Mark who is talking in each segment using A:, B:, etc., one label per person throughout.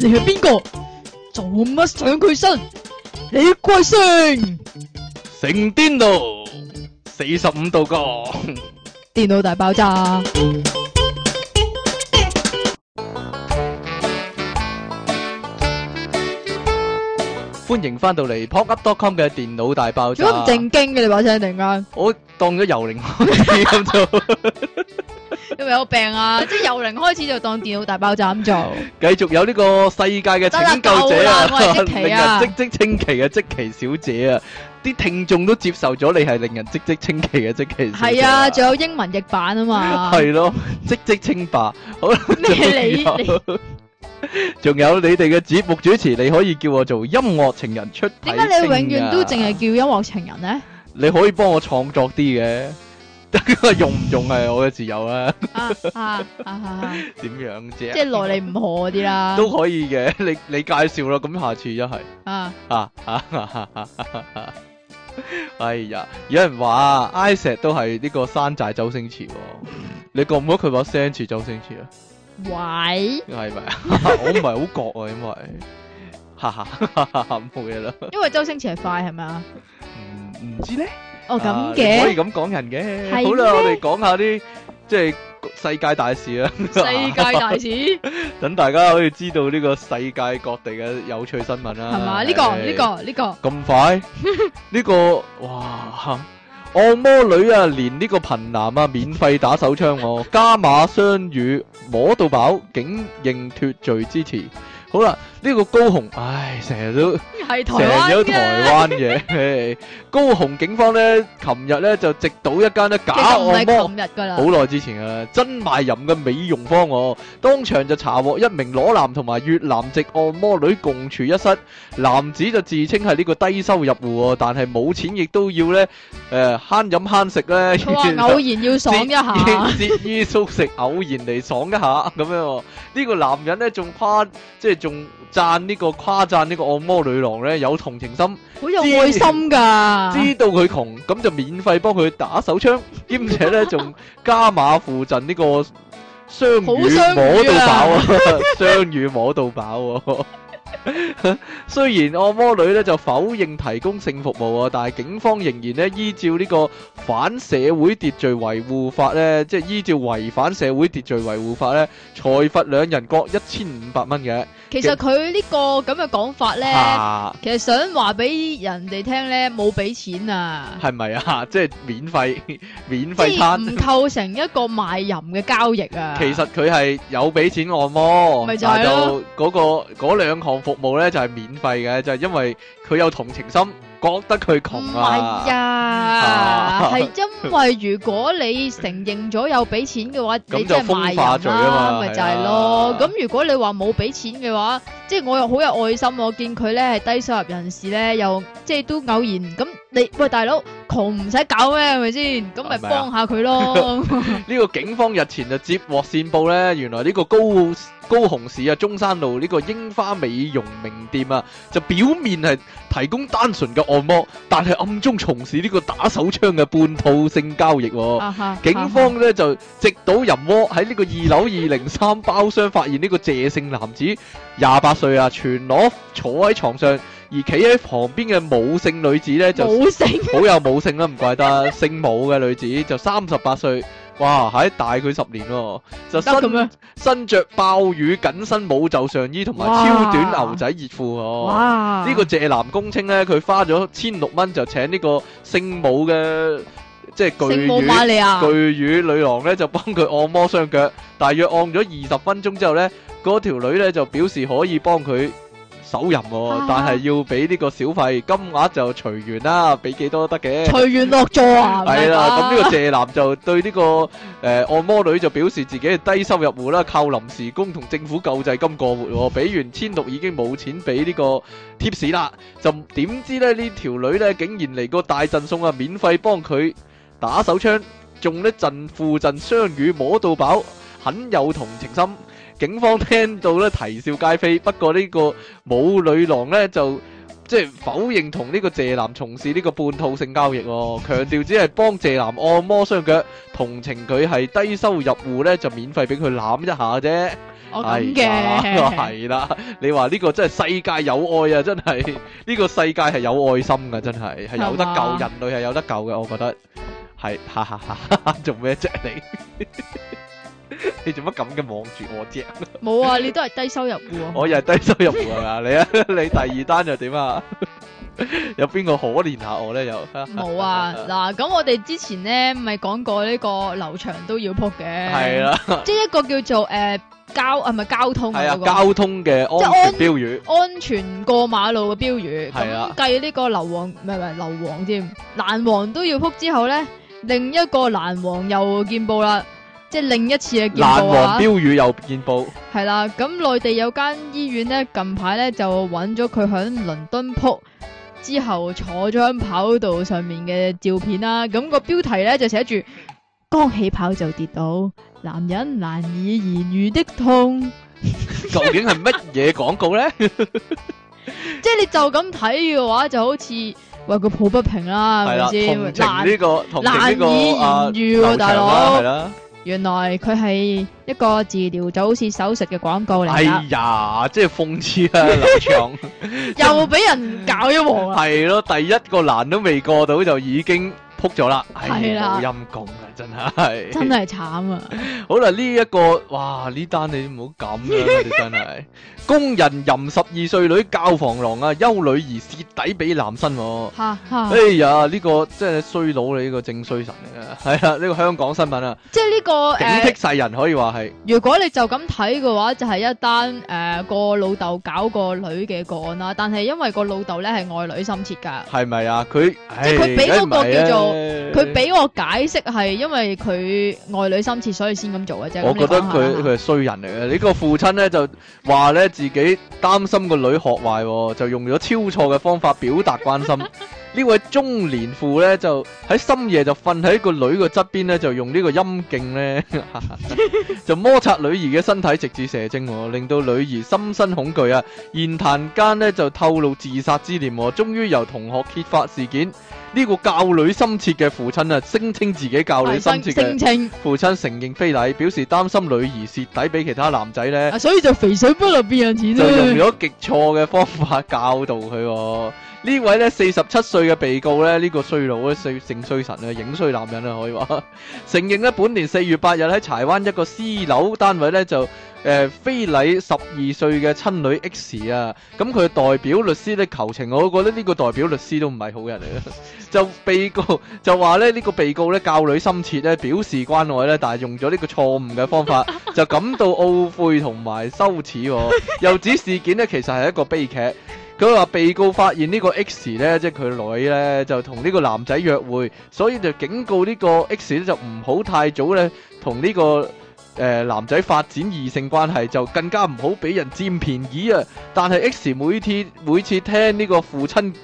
A: 係邊個？做乜上佢身？你貴姓？
B: 成癲路，四十五度角，
A: 電腦大爆炸。
B: 歡迎翻到嚟 pocket.com 嘅電腦大爆炸。
A: 如果唔正經嘅你把聲突然間，
B: 我當咗由零開始咁 做，
A: 你咪有病啊！即係由零開始就當電腦大爆炸咁做。
B: 繼續有呢個世界嘅拯救
A: 得
B: 者
A: 啦夠啦我係
B: 啊，
A: 即期
B: 令人
A: 啊
B: 即即稱奇嘅即奇小姐啊，啲聽眾都接受咗你係令人即即稱奇嘅即奇小姐。
A: 係啊，仲有英文譯版啊 嘛。
B: 系咯，即即清白。好啦，
A: 咩你
B: 仲有仲有你哋嘅節目主持，你可以叫我做音樂情人出體
A: 點解你永
B: 聲
A: 遠
B: 㗎
A: 都淨係叫音樂情人呢？
B: 你可以幫我創作啲嘅， 用唔用係我嘅自由啊？
A: 啊啊啊啊！
B: 點樣啫？
A: 即係來你唔可嗰啲啦。
B: 都可以嘅， 你你介紹啦。咁下次一係
A: 啊，
B: 啊啊啊啊啊啊！哎呀，有人話 Isaac 都係呢個山寨周星馳喎，你覺唔覺得佢把聲似周星馳啊？
A: 喂，
B: 係咪 啊？我唔係好覺啊，因為哈哈哈 哈哈冇嘢啦，
A: 因為周星馳係快係咪啊？
B: 唔唔知咧。
A: 哦咁
B: 啊你可以
A: 嘅，
B: 咁講人嘅。
A: 係
B: 好
A: 咩
B: 啦，我哋講下啲即係世界大事啦，
A: 世界大 事。
B: 等大家可以知道呢個世界各地嘅有趣新聞啦。
A: 系嘛？呢個
B: 唉
A: 呢個呢個
B: 咁快？呢個哇！按摩女啊，連呢個貧男啊，免費打手槍喎、加碼雙語摸到飽，竟認脱罪支持。好啦，呢、個高雄，唉，成日都〜
A: 係台
B: 成日
A: 灣
B: 有
A: 嘅
B: 台灣嘅，嘿高雄警方咧，琴日咧就直到一間咧假
A: 其實唔係
B: 按摩，
A: 琴日㗎
B: 好
A: 啦，
B: 耐之前啊，真賣淫嘅美容坊喎，當場就查獲一名裸男同埋越南籍按摩女共處一室，男子就自稱係呢個低收入户喎，但係冇錢亦都要咧，誒慳飲慳食咧，
A: 佢話偶然要爽一下，
B: 節衣縮食，偶然嚟爽一下咁樣喎。呢、個男人咧仲誇，即係仲讚呢個誇讚呢個按摩女郎咧有同情心。
A: 好有愛心㗎。
B: 知道佢窮，咁就免費幫佢打手 槍，兼且咧仲加碼附贈呢個雙魚
A: 好雙魚啊
B: 摸到飽啊， 雙魚摸到飽喎。 雖然按摩女咧就否認提供性服務啊，但係警方仍然咧依照呢個反社會秩序維護法咧，即係依照違反社會秩序維護法咧，裁罰兩人各一千五百蚊嘅。
A: 其實佢呢個咁嘅講法咧，
B: 啊
A: 其實想話俾人哋聽咧，冇俾錢啊，
B: 係咪啊？即係免費
A: 即
B: 免費
A: 係
B: 餐。
A: 唔構成一個賣淫嘅交易啊。
B: 其實佢係有俾錢按摩，
A: 咪就
B: 但
A: 係
B: 係
A: 咯
B: 就嗰、個嗰兩項服務咧就係、免費嘅，就係、因為佢有同情心，覺得佢
A: 唔
B: 窮
A: 係
B: 啊，
A: 啊
B: 啊，
A: 係因為如果你承認咗有俾錢嘅話，
B: 咁
A: 你真係
B: 就
A: 賣
B: 風化罪
A: 人
B: 啊嘛
A: 啦，咪就
B: 係啊
A: 係咯。咁如果你話冇俾錢嘅話，即係我又好有愛心，我見佢咧係低收入人士咧，又即係都偶然咁，你喂大佬窮唔使搞咩係咪先？咁咪
B: 係咪啊
A: 幫下 佢咯。
B: 呢個警方日前就接獲線報呢，原來呢個高高雄市啊中山路呢個櫻花美容名店啊，就表面係提供單純嘅按摩，但係暗中從事呢個打手槍嘅半套性交易喎、
A: 啊哈
B: 警
A: 啊哈
B: 方咧就直搗淫窩，喺呢個二樓二零三包廂發現呢個謝姓男子廿八歲啊，全裸坐喺床上，而企喺旁邊嘅母姓女子咧就
A: 冇性
B: 好有母性啦，唔怪得 姓母嘅女子就三十八歲，哇，喺大佢十年喎，就
A: 得
B: 身
A: 咁樣，
B: 身着豹魚緊身冇袖上衣同埋
A: 哇
B: 超短牛仔熱褲哦。
A: 哇！
B: 呢個謝男公稱咧，佢花咗千六蚊就請呢個聖母嘅即係巨
A: 聖母
B: 乳
A: 瑪利亞
B: 巨乳女郎咧就幫佢按摩雙腳，大約按咗二十分鐘之後咧，嗰條女咧就表示可以幫佢手淫喎、
A: 啊
B: 但係要俾呢個小費，金額就隨緣啦，俾幾多得 嘅。
A: 隨緣落座啊！唔
B: 係啦，咁呢個
A: 嘛
B: 謝男就對呢、個呃按摩女就表示自己係低收入户啦，靠臨時工同政府救濟金過活喎，俾完千六已經冇錢俾呢個 tips 啦，就點知咧呢條女咧竟然嚟個大贈送啊，免費幫佢打手槍，仲咧贈附贈雙語摸到飽，很有同情心。警方聽到咧啼笑皆非，不過呢個舞女郎咧就即係否認同呢個謝男從事呢個半套性交易喎、強調只係幫謝男按摩雙腳，同情佢係低收入户呢，就免費俾佢攬一下啫。
A: 我哦咁
B: 係啦
A: 嘅，
B: 係啦，你話呢個真係世界有愛啊！真係 呢、個世界係有愛心噶，真係係有得
A: 係嘛
B: 救，人類係有得救嘅，我覺得係，哈哈哈哈哈！做咩啫你？ 你做乜咁嘅望住我啫？
A: 冇啊，你都係低收入户啊，
B: 我又係低收入户係咪啊？ 你啊，你第二單又點啊？ 有邊個可憐下我咧？又
A: 冇 啊，嗱，咁我哋之前咧咪講過呢個劉翔都要扑嘅，
B: 係，啦，
A: 即係一個叫做诶交啊，唔係交通啊
B: 係啊，
A: 嗰個
B: 交通嘅安全標語
A: 安全過馬路嘅標語，
B: 係啊
A: 咁計呢個硫磺唔係唔係硫磺添，蘭王都要撲之後咧，另一個蘭王又見報啦，即係另一次嘅見
B: 爛
A: 報
B: 黃
A: 啊，
B: 標語又見報，
A: 係啦，咁內地有間醫院咧，近排咧就揾咗佢喺倫敦撲之後坐咗喺跑道上面嘅照片啦，咁、個標題咧就寫住剛起跑就跌倒，男人難以言喻的痛。
B: 究竟係乜嘢廣 告咧？
A: 即系你就咁睇嘅话，就好似为佢抱不平啦，
B: 係啦，
A: 系咪
B: 同情
A: 先？難
B: 呢個同情呢個啊
A: 難以言喻
B: 劉
A: 喎，大
B: 翔啦，
A: 佬。
B: 係啦。
A: 原來佢係一個治療就好似手術嘅廣告
B: 哎
A: 嚟噶，
B: 呀，即係 諷刺啦，劉翔。
A: 又俾人搞一镬啊！
B: 係咯，第一個難都未過到就已經撲咗啦，唉，
A: 係啦
B: 好陰公啊，真 係。
A: 真係慘啊！
B: 好啦，呢、一個哇，呢單你唔好咁啦，你真係 工人淫十二歲女教防狼啊，休女兒蝕底俾男生、喎。
A: 吓吓
B: 哎，呀，呢、個真係衰佬你呢個正衰神嚟啊！ 係啊，呢、個香港新聞啊，
A: 即係呢個
B: 警
A: 诶，
B: 惕世人可以話係
A: 如果你就咁睇嘅話，就係一單诶個老豆搞個女嘅個案啦。但係因為個老豆咧係愛女心切㗎。
B: 係咪啊？佢即
A: 係佢俾嗰個
B: 啊
A: 叫做佢
B: 佢
A: 俾我解釋係因為佢愛女心切，所以先咁做嘅啫。
B: 我
A: 覺
B: 覺得佢佢係衰人嚟嘅。呢個父親咧就話咧自己擔心個女學壞喎，就用咗超錯嘅方法表達關 心。呢位中年父咧就喺深夜就瞓喺個女個側邊咧，就用呢個 陰莖咧就摩擦女兒嘅身體，直至射精喎，令到女兒心生恐懼啊！言談間咧就透露自殺之念喎，終於由同學揭發事件。呢、個教女心切嘅父親啊，聲稱自己教女心切嘅。
A: 聲稱
B: 父親承認非禮，表示擔心女兒蝕底俾其他男仔呢，
A: 啊，所以就肥水不流別人田
B: 就用
A: 啦。
B: 咗極錯嘅方法教導佢、喎。呢位呢四十七歲嘅被告呢，呢、個衰佬咧，衰性衰神啊，影衰男人啊，可以話 承認呢，本年四月八日喺柴灣一個私樓單位呢，就誒、呃非禮十二歲嘅親女 X 啊，咁佢代表律師呢，求情，我覺得呢個代表律師都唔係好人嚟嘅， 就被告。就話咧呢、呢個被告咧教女心切咧表示關愛咧，但係用咗呢個錯誤嘅方法，就感到懊悔同埋羞恥、喎。又指事件咧其實係一個悲劇。佢話被告發現呢個 X 咧，即係佢女咧，就同呢個男仔約會，所以就警告呢個 X 咧就唔好太早咧同呢個。誒、男仔發展異性關係就更加唔好俾人佔便宜啊！但係 X 每次每次聽呢個父親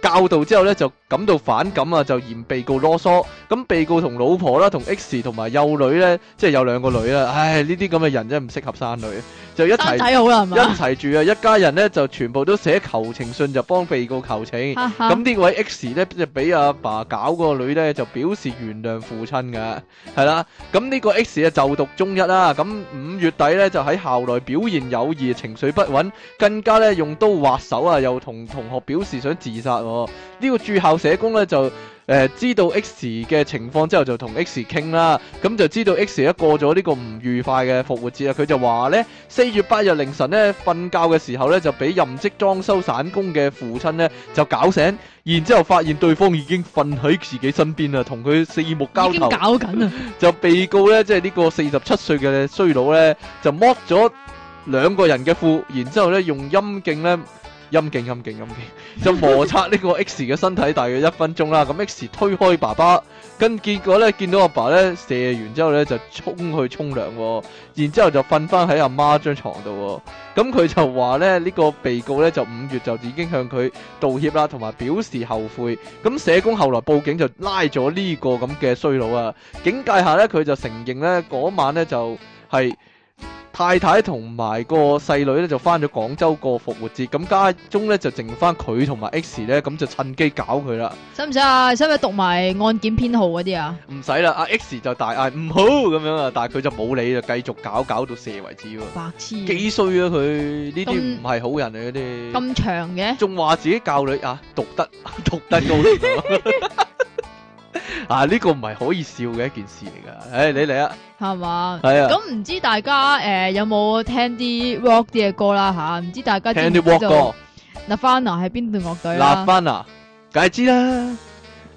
B: 教導之後咧，就感到反感啊，就嫌被告囉嗦。咁被告同老婆啦，同 X 同埋幼女咧，即係有兩個女啦。唉，呢啲咁嘅人真係唔適合生女，就一
A: 生
B: 齊
A: 仔好啦，係
B: 一
A: 嘛？
B: 齊住啊！一家人咧就全部都寫求情信，就幫被告求情。
A: 哈哈
B: 咁呢位 X 咧就俾阿爸搞個女咧，就表示原諒父親噶，係啦。咁呢個 X 啊就讀中一啦，咁五月底咧就喺校內表現有異，情緒不穩，更加咧用刀劃手啊，又同同學表示想自殺、喎。呢、個駐校社工咧就。誒、呃知道 X 嘅情況之後，就同 X 傾啦，咁就知道 X 一過咗呢個唔愉快嘅復活節啊，佢就話呢，四月八日凌晨呢，瞓覺嘅時候呢，就俾任職裝修散工嘅父親呢，就搞醒，然之後發現對方已經瞓喺自己身邊啦，同佢四目交
A: 已經
B: 投。
A: 搞緊啊！
B: 就被告咧，即係呢個四十七歲嘅衰佬咧，就剝咗兩個人嘅褲，然之後咧用陰莖咧。陰莖陰莖陰莖， 就摩擦呢個 X 嘅身體大約一分鐘啦。咁 X 推開爸爸，跟結果咧見到阿爸咧射完之後咧就衝去沖涼喎，然之後就瞓翻喺阿媽張床度喎。咁佢就話咧呢、呢個被告咧就五月就已經向佢道歉啦，同埋表示後悔。咁社工後來報警就拉咗呢個咁嘅衰佬啊。警戒下咧，佢就承認咧嗰晚咧就係、太太同埋個細女咧就翻咗廣州過復活節，咁家中咧就剩翻佢同埋 X 咧，咁就趁機搞佢啦。
A: 使唔使啊？使唔使讀埋案件編號嗰啲啊？
B: 唔使啦，阿 X 就大嗌唔好咁樣啊，但係佢就冇理，就繼續搞搞到射為止喎。
A: 白痴，
B: 幾衰啊佢呢啲
A: 咁
B: 唔係好人嚟嗰啲，
A: 咁長嘅，
B: 仲話自己教女啊讀得 讀得高啲 啊！啊呢個唔係可以笑嘅一件事嚟㗎，唉你嚟啊，
A: 係嘛？
B: 係啊，
A: 咁唔知大家诶有冇聽啲 rock 啲嘅歌啦吓？唔知大家
B: 聽
A: 知唔
B: 啲
A: 知道
B: walk 歌，
A: Nirvana 係邊隊樂隊
B: 立
A: 啦？
B: 翻啊，梗係知啦，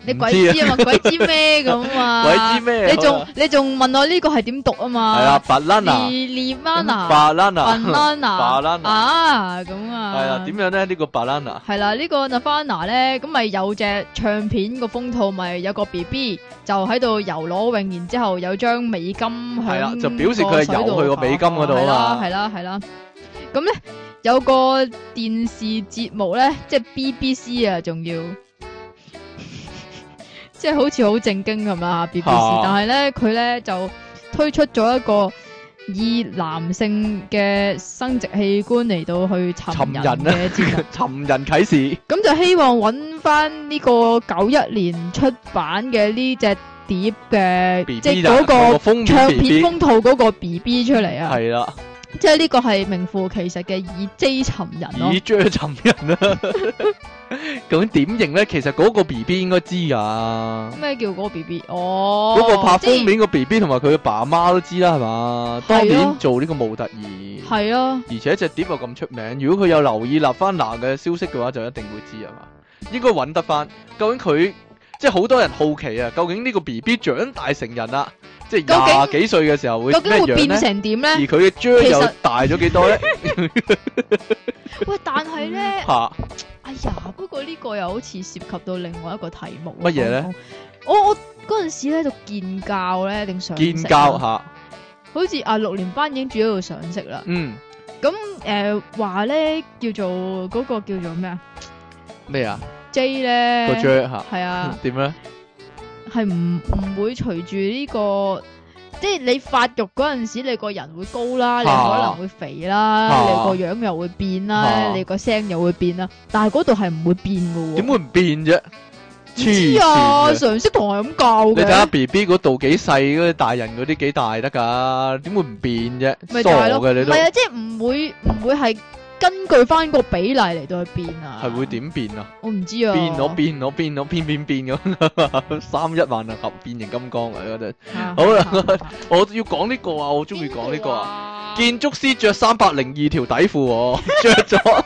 A: 你鬼知啊嘛？鬼知咩咁啊？
B: 鬼知咩
A: 你
B: 好
A: 仲
B: 啊
A: 你仲問我呢個係點讀啊嘛？
B: 係啦，白蘭啊，
A: ，Nirvana。
B: 白蘭啊，
A: banana
B: Banana
A: 啊咁
B: 係
A: 啊，
B: 啊，點樣咧？呢個白 蘭啊，
A: 係啦，呢個 Nirvana 咧，咁咪有隻唱片個封套，咪有個 B B 就喺度游裸泳，然之後有張美金
B: 係
A: 係
B: 啦就表示佢係游去個美金嗰度
A: 係
B: 啊
A: 啦，
B: 嘛
A: 係啦，係啦。咁咧有個電視節目咧，即係 B B C 啊，仲要。 即係好似好正經咁啦，B B C，
B: 嚇
A: 但係咧佢咧就推出咗一個以男性嘅生殖器官嚟到去尋
B: 尋
A: 人
B: 人啊
A: 嘅節目。
B: 尋人啟事。
A: 咁就希望揾翻呢個九一年出版嘅呢只碟嘅，
B: B
A: 即
B: B
A: 係嗰
B: 個
A: 個
B: 封面
A: 唱
B: B
A: 片
B: B
A: 封套嗰個 B B 出嚟啊！
B: 係啦，
A: 即係呢個係名副其實嘅以 J 尋人咯
B: 以，遮尋人 啦。究竟點型咧？其實嗰個 B B 應該知噶，
A: 咩叫嗰個 B B？哦，
B: 嗰個拍封
A: 即
B: 面個 B B 同埋佢嘅爸媽都知啦，係嘛？
A: 係
B: 當
A: 咯
B: 年做呢個模特兒，
A: 係係啊，
B: 而且只碟又咁出名，如果佢有留意立翻娜嘅消息嘅話，就一定會知係啊嘛？應該揾得翻。究竟佢即係好多人好奇啊，究竟呢個 B B 長大成人啦，即係
A: 究
B: 廿幾歲嘅時候會
A: 究
B: 咩
A: 竟會
B: 樣
A: 變
B: 咧？
A: 成點
B: 而
A: 咧？
B: 佢嘅遮
A: 其
B: 又
A: 實
B: 大咗幾多 咧？
A: 喂，但係咧，
B: 嚇！
A: 哎呀，不過呢個又好似涉及到另外一個題目喎。
B: 乜嘢咧
A: 講講？我我嗰陣時咧讀建教咧定上
B: 建
A: 識啊
B: 交吓，
A: 好似啊六年班已經住喺度上識啦。
B: 嗯，
A: 咁誒話咧叫做嗰、個叫做咩啊
B: 咩啊？
A: J 咧
B: 個雀吓，
A: 係啊
B: 點咧？
A: 係唔唔會隨住呢個即係你發育嗰陣時，你個人會高啦，你
B: 啊
A: 可能會肥啦，
B: 啊
A: 你個樣又會變啦，
B: 啊
A: 你個聲又會變啦，但係嗰度係唔會變嘅喎。
B: 點會唔變啫？
A: 唔知啊？
B: 黐線嘅
A: 常識堂係咁教
B: 你睇下
A: 嘅，
B: B B 嗰度幾細，嗰啲大人嗰啲幾大得噶，點會唔變啫？
A: 咪
B: 傻
A: 就係咯，
B: 嘅你
A: 唔
B: 都
A: 係啊，即係唔會唔會係根據翻個比例嚟到去變啊？
B: 係會？點變啊？
A: 我唔知啊。
B: 變咗變咗變咗變變 變咁，三一萬能俠變形金剛啊！嗰陣
A: 啊，
B: 好啦
A: 啊，啊
B: 我要講呢個啊，我中意講呢個啊。
A: 啊
B: 建築師着三百零二條底褲喎， 着咗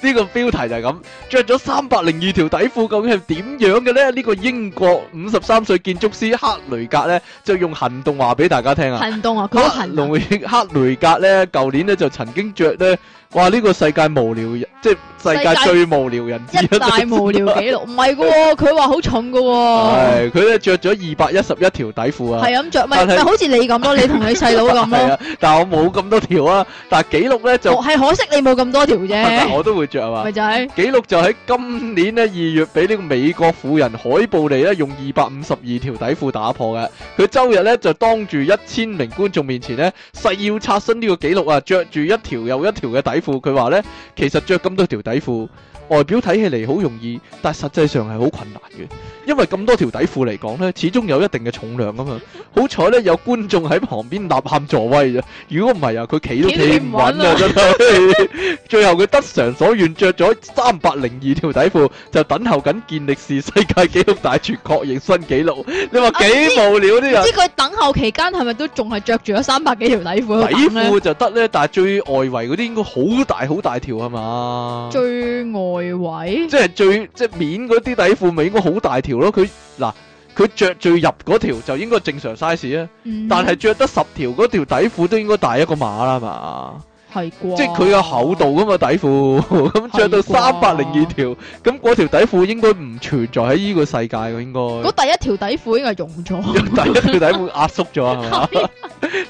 B: 呢個標題就係咁，着咗三百零二條底褲究竟係點樣嘅呢？呢、個英國五十三歲建築師克雷格呢，就用行動話俾大家聽啊！
A: 行動啊，佢好
B: 克
A: 行動，
B: 雷克雷格呢，舊年呢就曾經着呢，哇！呢、個世界無聊人，即係世
A: 世
B: 界
A: 界
B: 最無聊人之
A: 一大無 聊紀錄，唔係噶喎，佢話好重噶喎，
B: 係佢呢着咗二百一十一條底褲啊！
A: 哦係咁着，咪
B: 但係
A: 咪好似你咁咯，你同你細佬咁
B: 係
A: 咯，
B: 啊，但我冇咁多條啊，但係記錄呢就，
A: 係可惜你冇咁多條
B: 但
A: 啫，
B: 我都會着啊嘛。
A: 咪就係
B: 紀錄就喺今年咧二月俾呢個美國婦人海布利咧用二百五十二條底褲打破嘅。佢周日咧就當住一千名觀眾面前咧誓要刷新呢個紀錄啊！着住一條又一條嘅底褲，佢話咧其實着咁多條底褲，外表睇起嚟好容易，但實際上係好困難嘅，因為咁多條底褲嚟講咧，始終有一定嘅重量啊嘛。好彩咧有觀眾喺旁邊呐喊助威啫，如果唔係啊，佢企都
A: 企都
B: 企
A: 企
B: 唔
A: 唔
B: 穩
A: 穩
B: 啊
A: 啊
B: 真係。最後佢得償所願，着咗三百零二條底褲，就等候緊健力士世界紀錄大全確認新紀錄。你話幾無聊啲
A: 唔
B: 人？
A: 知佢等候期間係咪都仲係着住咗三百幾條底褲
B: 底
A: 喺度等咧？
B: 褲就得咧，但係最外圍嗰啲應該好大好大條係嘛？
A: 最外圍
B: 即係最即係面嗰啲底褲咪應該好大條咯。佢嗱佢着最入嗰條就應該正常 size 啊，
A: 嗯
B: 但係着得十條嗰條底褲都應該大一個碼啦係嘛。
A: 係啩，
B: 即係佢有厚度噶嘛底 褲，咁着到
A: 係
B: 三
A: 啩
B: 百零二條，咁嗰條底褲應該唔存在喺呢個世界嘅，應該
A: 嗰第一條底褲應該係溶咗，
B: 第一條底褲壓縮咗 係嘛？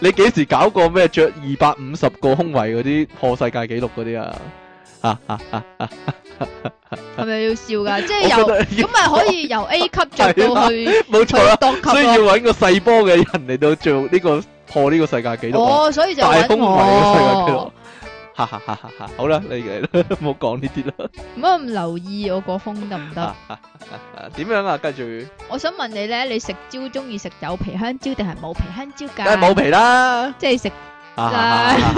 B: 你幾時搞過咩着二百五十個胸圍嗰啲破世界紀錄嗰啲啊？啊啊啊！
A: 係咪要笑㗎？即
B: 我
A: 係
B: 覺
A: 由
B: 得
A: 咁咪可以由 A 級着到去
B: 冇
A: 去
B: 錯啦，
A: 多級
B: 所以
A: 咯
B: 要揾個細波嘅人嚟到做呢個破呢個世界紀錄啊，
A: 哦，所以就
B: 大
A: 揾
B: 風迷嘅世界紀錄
A: 我，。
B: 哈哈哈哈！哈好啦，你嚟啦， 唔好講呢啲啦。
A: 唔好咁留意我個風得唔
B: 啊
A: 得？
B: 點樣啊？跟住梗
A: 我想問你咧，你食蕉中意食有皮香蕉定係冇皮香蕉㗎？
B: 係冇，皮啦。
A: 即係食。
B: 啊！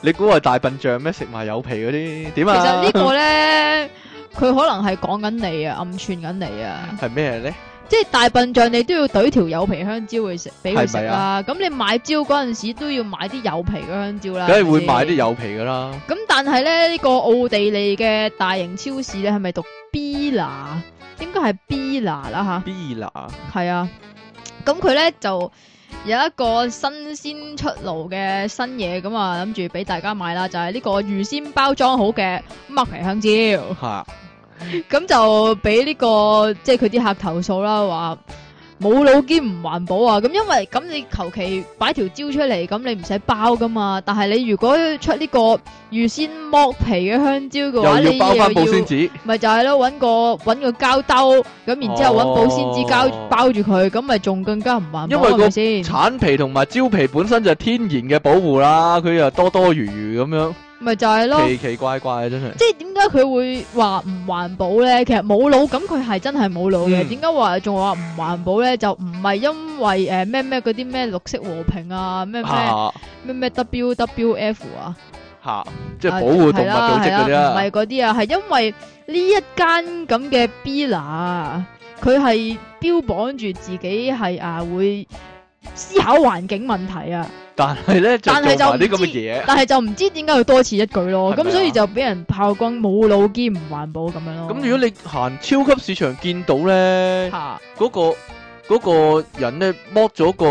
B: 你估我係大笨象咩？食埋有皮嗰啲點
A: 其
B: 啊？
A: 實呢個咧，佢可能係講緊你啊，暗串緊你啊。
B: 係咩咧？
A: 即係大笨象，你都要懟條有皮香蕉去食，俾佢食
B: 係咪啊
A: 啦。咁你買蕉嗰陣時都要買啲有皮嘅香蕉啦。
B: 梗
A: 係
B: 係會
A: 咪先
B: 買啲。有皮噶啦。
A: 咁但係咧，呢、個奧地利嘅大型超市咧，係咪讀 B 拿？應該係 B 拿啦
B: B 拿
A: 吓，係啊。咁佢咧就有一個新鮮出爐嘅新嘢，咁啊諗住俾大家買啦，就係、呢個預先包裝好嘅麥皮香蕉。
B: 嚇，
A: 咁就俾呢、個即係佢啲客投訴啦，話冇腦兼唔環保啊！咁因為咁你求其擺條蕉出嚟，咁你唔使包噶嘛。但係你如果出呢個預先剝皮嘅香蕉嘅
B: 又
A: 話，
B: 要
A: 你
B: 包翻保
A: 又
B: 鮮
A: 要
B: 紙，
A: 咪就係咯，揾個揾個膠兜，咁然之後揾保鮮紙
B: 哦
A: 膠包住佢，咁咪仲更加唔環
B: 因
A: 保
B: 為
A: 係
B: 個
A: 咪先？
B: 橙皮同埋蕉皮本身就係天然嘅保護啦，佢又多多餘餘咁
A: 咪就係咯
B: 樣，，奇奇怪怪啊真係。
A: 即係點解佢會話唔環保咧？其實冇腦咁佢係真係冇腦嘅。
B: 嗯
A: 點解話仲話唔環保咧？就唔係因為诶咩咩嗰啲咩綠色和平啊，咩咩
B: 嚇
A: 咩咩 WWF 啊，
B: 嚇，即係
A: 啊
B: 保護動物
A: 係啦
B: 組織嗰
A: 係啦
B: 啲
A: 唔
B: 啦
A: 係。嗰啲啊，係因為呢一間咁嘅 Billa，佢啊係標榜住自己係啊會思考環境問題啊。
B: 但係咧就做
A: 但係就
B: 埋啲
A: 唔
B: 咁嘅
A: 知
B: 嘢，
A: 但係就唔知點解佢多此一舉咯，
B: 係咪
A: 咁
B: 啊
A: 所以就俾人炮轟冇腦兼唔環保咁樣咯。
B: 咁如果你行超級市場見到咧，
A: 嚇
B: 嗰、個嗰、個人咧剝咗個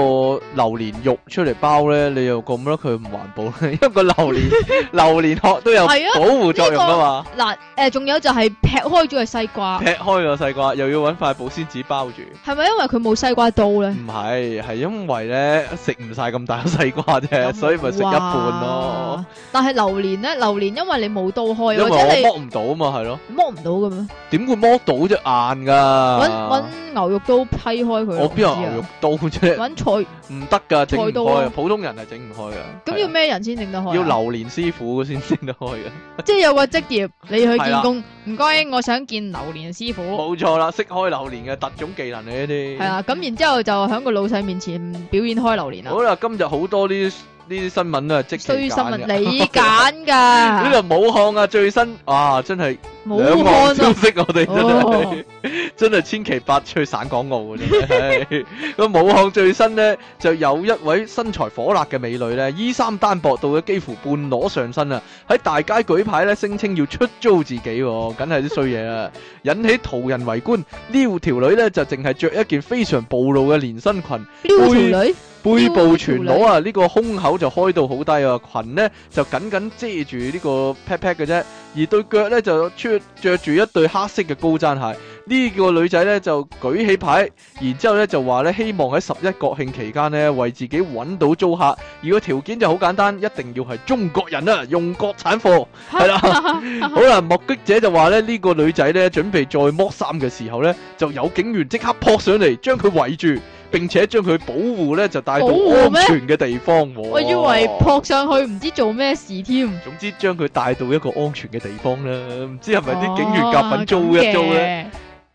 B: 榴蓮肉出嚟包咧，你又覺唔覺得佢唔環保咧？ 因為個榴蓮 榴蓮殼都有保
A: 係啊
B: 護作用噶嘛，
A: 嗱，誒、仲有就係劈開咗嘅西瓜
B: 劈，開個西瓜又要揾塊保鮮紙包住，
A: 係咪因為佢冇西瓜刀咧？
B: 唔係係因為咧食唔晒咁大個西瓜啫，
A: 咁
B: 啊所以咪食一半咯
A: 哇。。但係榴蓮咧，榴蓮因為你冇刀開，
B: 因為
A: 或
B: 我
A: 者
B: 剝唔到啊嘛，係咯，
A: 你剝唔到嘅咩？
B: 點會剝到啫硬
A: 揾
B: 噶
A: 揾？牛肉刀批開佢。
B: 我邊有
A: 唔知啊
B: 牛肉刀啫？
A: 揾菜，
B: 唔得噶，整唔
A: 菜刀
B: 開啊！
A: 啊
B: 普通人係整唔開噶。
A: 咁
B: 係
A: 要
B: 啊
A: 咩人先整得開啊？
B: 要榴蓮師傅先整得開嘅，
A: 即係有個職業，你去
B: 係啦
A: 見工，唔該，我想見榴蓮師傅。
B: 冇錯啦，識開榴蓮嘅特種技能嚟呢啲。
A: 係啦，咁然之後就喺個老細面前表演開榴蓮啦
B: 好。啦，今日好多呢啲呢啲新聞啊，即期
A: 衰新聞
B: 揀嘅
A: 你揀
B: 呢
A: 㗎，
B: 度武漢啊，最新啊，真係
A: 冇
B: 兩
A: 看
B: 岸消
A: 啊！
B: 息，我哋真係真係千奇百趣，省港澳嘅啫唉。個武漢最新呢，就有一位身材火辣嘅美女呢，衣衫單薄到咗幾乎半裸上身啊，喺大街舉牌呢，聲稱要出租自己、喎，梗係啲衰嘢啦，引起途人圍觀。呢條女呢，就淨係着一件非常暴露嘅連身裙。
A: 撩條女。
B: 背部全裸啊！呢個胸口就開到好低啊，裙呢就緊緊遮住呢個 pat pat 嘅啫，而對腳呢就穿着住一對黑色嘅高踭鞋。呢、個女仔呢就舉起牌，然之後呢就話呢希望喺十一國慶期間呢為自己揾到租客，而個條件就好簡單，一定要係中國人啊，用國產 貨。係啦，好啦，目擊者就話咧，呢、個女仔咧準備再剝衫嘅時候咧，就有警員即刻撲上嚟，將佢圍住，並且將佢保護咧就帶到
A: 保護咩
B: 安全嘅地方喎。
A: 我以為撲上去唔知做咩事添，
B: 總之將佢帶到一個安全嘅地方啦，唔知係咪
A: 哦
B: 啲警員夾份租一租咧？
A: 咧？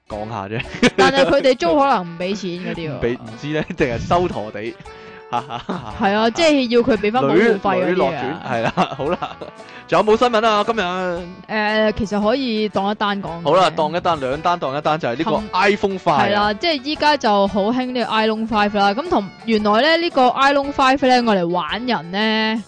B: 講下啫，
A: 但係佢哋租可能唔俾錢嗰啲
B: 唔
A: 喎，
B: 俾唔知咧，定係收陀地？ 哈哈哈
A: 係啊，即係要佢俾翻保
B: 女
A: 護費嗰
B: 女落
A: 啲
B: 轉
A: 啊。
B: 係啦，好啦，仲有冇新聞啊？今日？
A: 誒，呃其實可以當一單講嘅。
B: 好啦，當一單兩單當一單就係呢個
A: 冚
B: iPhone 快
A: 係
B: 啦，
A: 啦，即係依家就好興呢個 iPhone Five 啦。咁同原來咧呢個 iPhone Five 咧，我嚟玩人咧，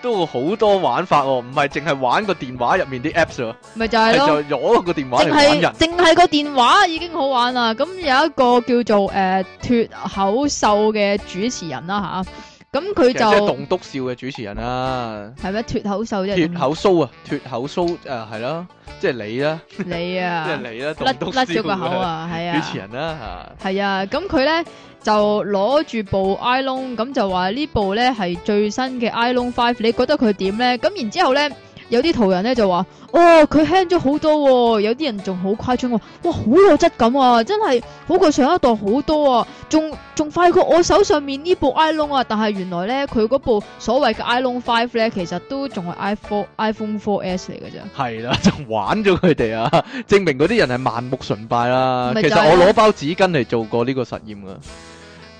B: 都好多玩法喎，唔係淨係玩個電話入面啲 apps 喎，
A: 咪就係
B: 係
A: 咯。
B: 就攞個電話
A: 淨
B: 嚟玩
A: 係
B: 人。
A: 淨係個電話已經好玩啦。咁有一個叫做誒脱口秀嘅主持人啦吓，咁佢
B: 其實即係
A: 就
B: 棟篤笑嘅主持人啦，
A: 係咩脱口秀啫？
B: 脱口 show 啊，脱口 show 誒係啦，即係你啦，
A: 你
B: 即係
A: 啊，
B: 你啦，
A: 甩
B: 棟篤
A: 甩
B: 笑
A: 咗個口
B: 嘅
A: 啊，係
B: 主持
A: 啊，
B: 人啦
A: 係啊，咁佢咧就攞住部 iPhone，咁就話呢部咧係最新嘅 iPhone Five，你覺得佢點咧？咁然之後咧有啲途人咧就話：哦，佢輕咗好多、喎。有啲人仲好誇張喎，哇，好有質感啊，真係好過上一代好多啊，仲仲快過我手上面呢部 iPhone 啊！但係原來咧，佢嗰部所謂嘅 iPhone Five 咧，其實都仲係 iPhone iPhone 4S 嚟嘅咋，
B: 係啦，就玩咗佢哋啊，證明嗰啲人係盲目崇拜啦。
A: 咪
B: 其
A: 就係
B: 實
A: 咯
B: 我攞包紙巾嚟做過呢個實驗噶，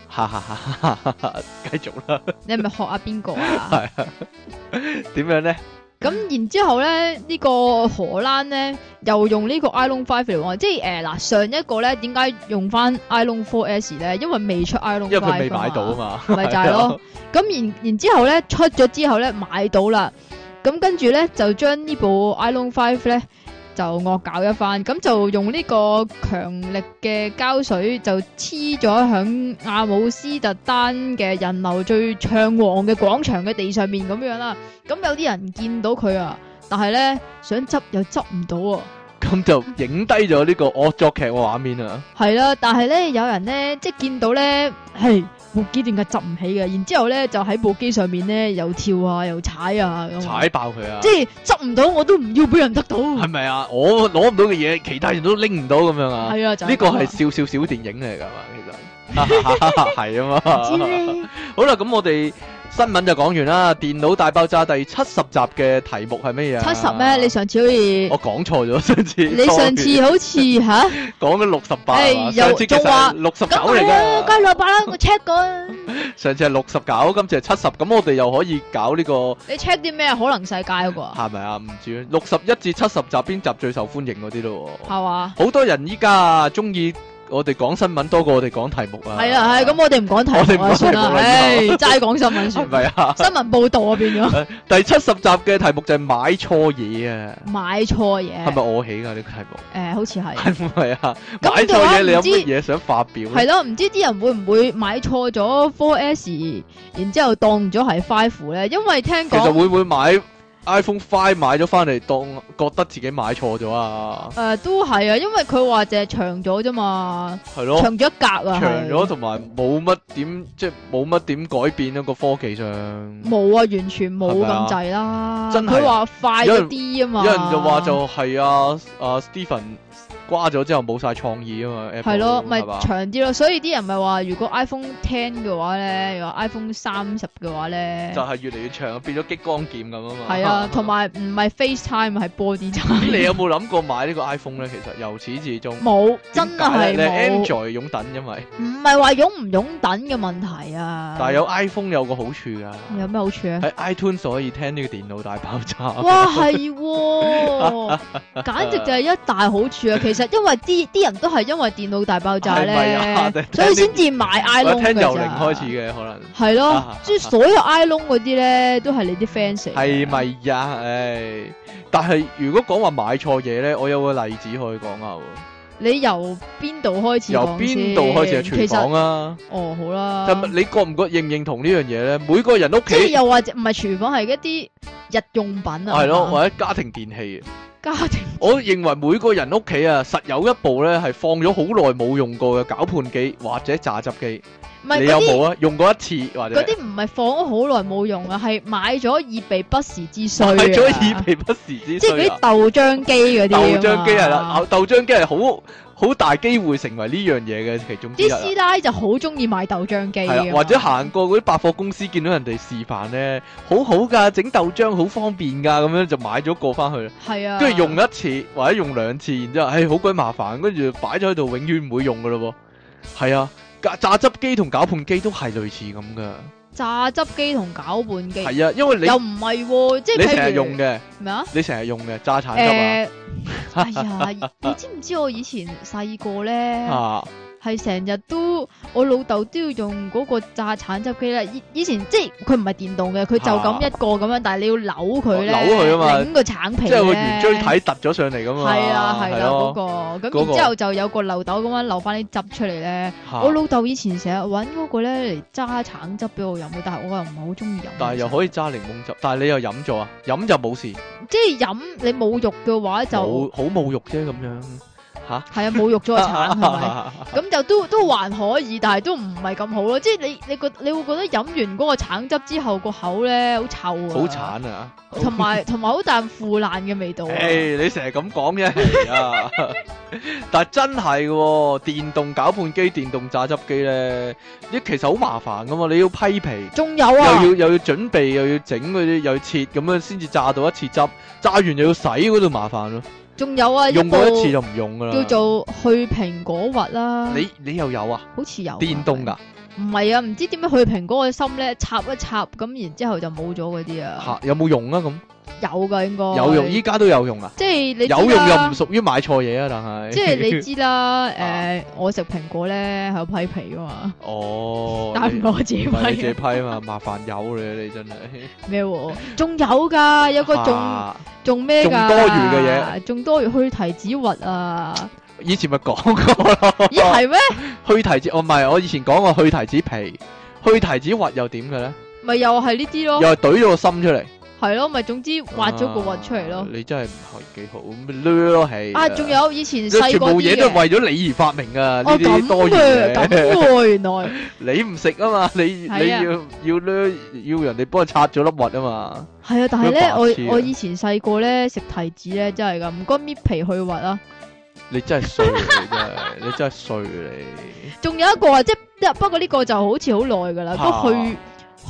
B: 哈哈哈哈哈哈！繼續啦，
A: 你係咪學阿邊個啊？
B: 點樣咧？
A: 咁然之後咧，呢、個荷蘭咧又用呢個 iPhone Five 嚟玩，即係誒嗱上一個咧點解用翻 iPhone Four S 咧？因為未出 iPhone
B: 因為佢
A: Five
B: 未買到
A: 啊嘛，
B: 啊嘛，
A: 咪就係咯。咁然然之後咧出咗之後咧買到啦，咁跟住咧就將呢部 iPhone Five 咧就惡搞一番，咁就用呢個強力嘅膠水就黐咗響阿姆斯特丹嘅人流最暢旺嘅廣場嘅地上面咁樣啦。咁有啲人見到佢啊，但係咧想執又執唔到啊喎。
B: 咁就影低咗呢個惡作劇嘅畫面啊！
A: 係啦，但係咧有人咧即係見到咧，係部機點解執唔起嘅？然之後咧就喺部機上面咧又跳啊又踩啊咁，
B: 踩爆佢啊！
A: 即係執唔到我都唔要俾人得到。
B: 係咪啊？我攞唔到嘅嘢，其他人都拎唔到咁樣啊？
A: 係啊，就
B: 呢個
A: 咁
B: 係
A: 啊
B: 笑笑小電影嚟㗎 嘛，其實係啊
A: 知
B: 嘛。
A: 咧，
B: 好啦，咁我哋新聞就講完啦。電腦大爆炸第七十集嘅題目係乜嘢啊？
A: 七十咩？你上次好似
B: 我講錯咗上次，
A: 你上次好似吓
B: 講咗六十八
A: 唉，又
B: 上次其實
A: 仲話
B: 六十九
A: 咁
B: 嚟
A: 係啊，
B: 㗎。
A: 梗係六百啦，我 check 過，
B: 上次係六十九，今次係七十，咁我哋又可以搞呢個
A: 你 check 啲咩可能世界嗰個啊？
B: 係咪啊？唔知六十一至七十集邊集最受歡迎嗰啲咯喎。
A: 係嘛？
B: 好多人依家啊，中意我哋講新聞多過我哋講題目啊。
A: 係啦，係咁，我哋唔講題目
B: 我哋唔
A: 啊，
B: 講題
A: 算
B: 目啦
A: 啦，唉，齋講新聞
B: 係
A: 算，
B: 咪啊？
A: 新聞報導啊變咗
B: 第七十集嘅題目就係買錯嘢啊，
A: 買錯
B: 係咪
A: 嘢，
B: 我起㗎呢個題目？
A: 誒，好似係。
B: 係咪啊？買
A: 咁
B: 錯
A: 嘅話
B: 嘢，你有
A: 唔知
B: 乜嘢想發表
A: 係
B: 咧？
A: 咯，唔知啲人會唔會買錯咗 Four S，然之後當咗係 Five 咧？因為聽
B: 其實
A: 講
B: 會唔會買 iPhone Five 買咗翻嚟當覺得自己買錯咗啊？
A: 誒都係啊，因為佢話就係長咗啫嘛，
B: 係咯，
A: 長咗一格啊，
B: 哦長
A: 係
B: 咗同埋冇乜點，即係冇乜點改變咯個科技上。
A: 冇啊，完全冇
B: 係咪啊
A: 咁滯啦。
B: 真係
A: 佢話快咗啲啊嘛，
B: 有人就話就係啊啊 Stephen 瓜咗之後冇晒創意啊嘛，Apple，
A: 係咯，咪
B: 係嘛
A: 長啲咯。所以啲人咪話，如果 iPhone Ten 嘅話咧，又話 iPhone 三十嘅話咧
B: 就，係越嚟越長，變咗激光劍咁啊嘛。
A: 係 啊，同埋唔係 FaceTime 係 Body
B: 咁
A: Time，
B: 你有冇諗過買呢個 iPhone 咧？其實由始至終
A: 冇 真
B: 點解
A: 係
B: 咧你
A: 冇，
B: Android 擁趸，因為
A: 唔係話擁唔擁趸嘅問題啊。
B: 但係有 iPhone 有個好處㗎，
A: 有咩好處啊？
B: 喺 iTunes 可以聽呢個電腦大爆炸。
A: 哇，係 喎，簡直就係一大好處啊！其實因為啲啲人都係因為電腦大爆炸
B: 係咪啊
A: 咧，所以先至 買
B: 我
A: iPhone
B: 聽由零
A: 㗎
B: 開始
A: 咋。
B: 嘅可能
A: 係咯
B: 啊，
A: 即係所有 iPhone 嗰啲咧，都係你啲 fans 嚟嘅。
B: 係咪呀？唉，但係如果講話買錯嘢咧，我有個例子可以講下喎。
A: 你由邊度開始
B: 由
A: 講
B: 邊度開
A: 先
B: 始係
A: 其
B: 廚
A: 實
B: 房啊？
A: 哦，好啦，
B: 但你覺唔覺認唔認同呢樣嘢咧？每個人屋
A: 即係
B: 企
A: 又或者唔係廚房，係一啲日用品啊。
B: 係咯，
A: 嘛，
B: 或者家庭電器。
A: 家庭
B: 我認為每個人屋企啊，實有一部咧係放咗好耐冇用過嘅攪拌機或者榨汁機。
A: 唔係嗰
B: 你有
A: 啲
B: 冇啊？用過一次或
A: 嗰
B: 者
A: 啲唔係放咗好耐冇用啊，係買咗以備不時之需啊。
B: 買咗以備不時
A: 即
B: 之
A: 係
B: 需
A: 嗰
B: 啊
A: 啲！豆漿機嗰啲
B: 豆
A: 啊嘛
B: 漿機係啦，豆豆漿機係好好大機會成為呢樣嘢嘅其中之一
A: 啲
B: 啊。
A: 師奶就好中意買豆漿機
B: 係啦
A: 啊，
B: 或者行過嗰啲百貨公司見到人哋示範咧，好好㗎，整豆漿好方便㗎，咁樣就買咗個翻去啦。
A: 係啊，
B: 跟住用一次或者用兩次，然之後，唉，好鬼麻煩，跟住擺咗喺度，永遠唔會用噶咯喎。係啊，榨榨汁機同攪拌機都係類似咁噶。
A: 榨汁機同攪拌機，
B: 係啊，因
A: 又
B: 為你
A: 唔係喎，即係
B: 你
A: 譬如
B: 成日用嘅，
A: 咩啊？
B: 你成日用嘅榨橙汁啊
A: 誒，哎呀，你知唔知我以前細個咧
B: 啊，啊，
A: 係成日都我老豆都要用嗰個榨橙汁機咧。以以前即係佢唔係電動嘅，佢就咁一個咁樣，但係你要扭佢咧，
B: 扭佢啊嘛
A: 擰個橙皮
B: 即
A: 咧，
B: 係個圓錐體突咗上嚟咁嘛。
A: 係啦係啦
B: 咯
A: 嗰個，咁
B: 嗰個
A: 然之後就有個漏斗咁樣漏翻啲汁出嚟咧。
B: 嚇
A: 我老豆以前成日揾嗰個咧嚟揸橙汁俾我飲嘅，但係我又唔係好中意飲。
B: 但係又可以揸檸檬汁，但係你又飲咗啊？飲就冇事，
A: 即係飲你冇肉嘅話就
B: 冇好冇肉啫咁樣。嚇
A: 係啊，侮辱 咗個橙係咪？
B: 啊
A: 咁就都都還可以，但係都唔係咁好咯。即係你你覺你會覺得飲完嗰個橙汁之後個口咧好臭啊，
B: 好慘啊！
A: 同 埋同埋好啖腐爛嘅味道啊。
B: 诶、你成日咁講啫，係啊！ 但系真係喎，電動攪拌機、電動榨汁機咧，啲其實好麻煩噶嘛，你要批皮，
A: 仲有
B: 又
A: 啊
B: 要，又要準備，又要整嗰啲，又要切咁樣先至榨到一次汁，榨完又要洗嗰度麻煩咯，
A: 仲有啊，
B: 用過
A: 過
B: 一次就唔用噶啦。
A: 叫做去蘋果核啦，
B: 你你又有啊？
A: 好似有啊
B: 電動？噶
A: 唔係啊，唔知點樣去蘋果嘅心咧，插一插咁，然之後就冇咗嗰啲
B: 吓、
A: 啊，
B: 有冇用啊？咁
A: 有噶應該
B: 有用，依家都有用啊！
A: 即係哦你知
B: 有用又
A: 啦
B: 唔啊屬於買錯嘢啊，但係
A: 即係你知啦，誒，我食蘋果咧係有批皮噶嘛，
B: 哦，
A: 但係唔係我自己
B: 你唔係你
A: 批
B: 自己批啊嘛，麻煩有你你真係。
A: 咩喎？仲有噶，有個仲
B: 啊
A: 仲咩㗎？
B: 仲多餘嘅
A: 嘢，仲多餘去提子核啊？
B: 以前咪講過咯，
A: 咦係咩？
B: 去提子，我唔係我以前講過去提子皮，去提子核又點嘅咧？
A: 咪又係呢啲
B: 又
A: 咯，
B: 係懟咗個心出嚟，
A: 係咯，咪總之哦挖咗個核出嚟
B: 啊
A: 咯。
B: 你真係唔係幾好，咁咪掠咯係。
A: 啊，仲有以前
B: 你
A: 細
B: 全
A: 個
B: 部
A: 啲
B: 嘢都係
A: 嘅。
B: 為咗你而發明啊！呢
A: 哦咁
B: 啲多餘
A: 嘅，咁
B: 嘢，
A: 嘅原 來
B: 你唔食啊嘛，你你
A: 係啊
B: 要要掠，要人哋幫佢拆咗粒核啊嘛。
A: 係啊，但係
B: 咩白痴
A: 咧，
B: 啊
A: 我我以前細個咧食提子咧真係噶，唔該搣皮去核啊啦。
B: 你真係衰，啊你真係，你真係衰啊你。
A: 仲有一個啊，即係不過呢個就好似好耐噶啦，
B: 啊
A: 嗰去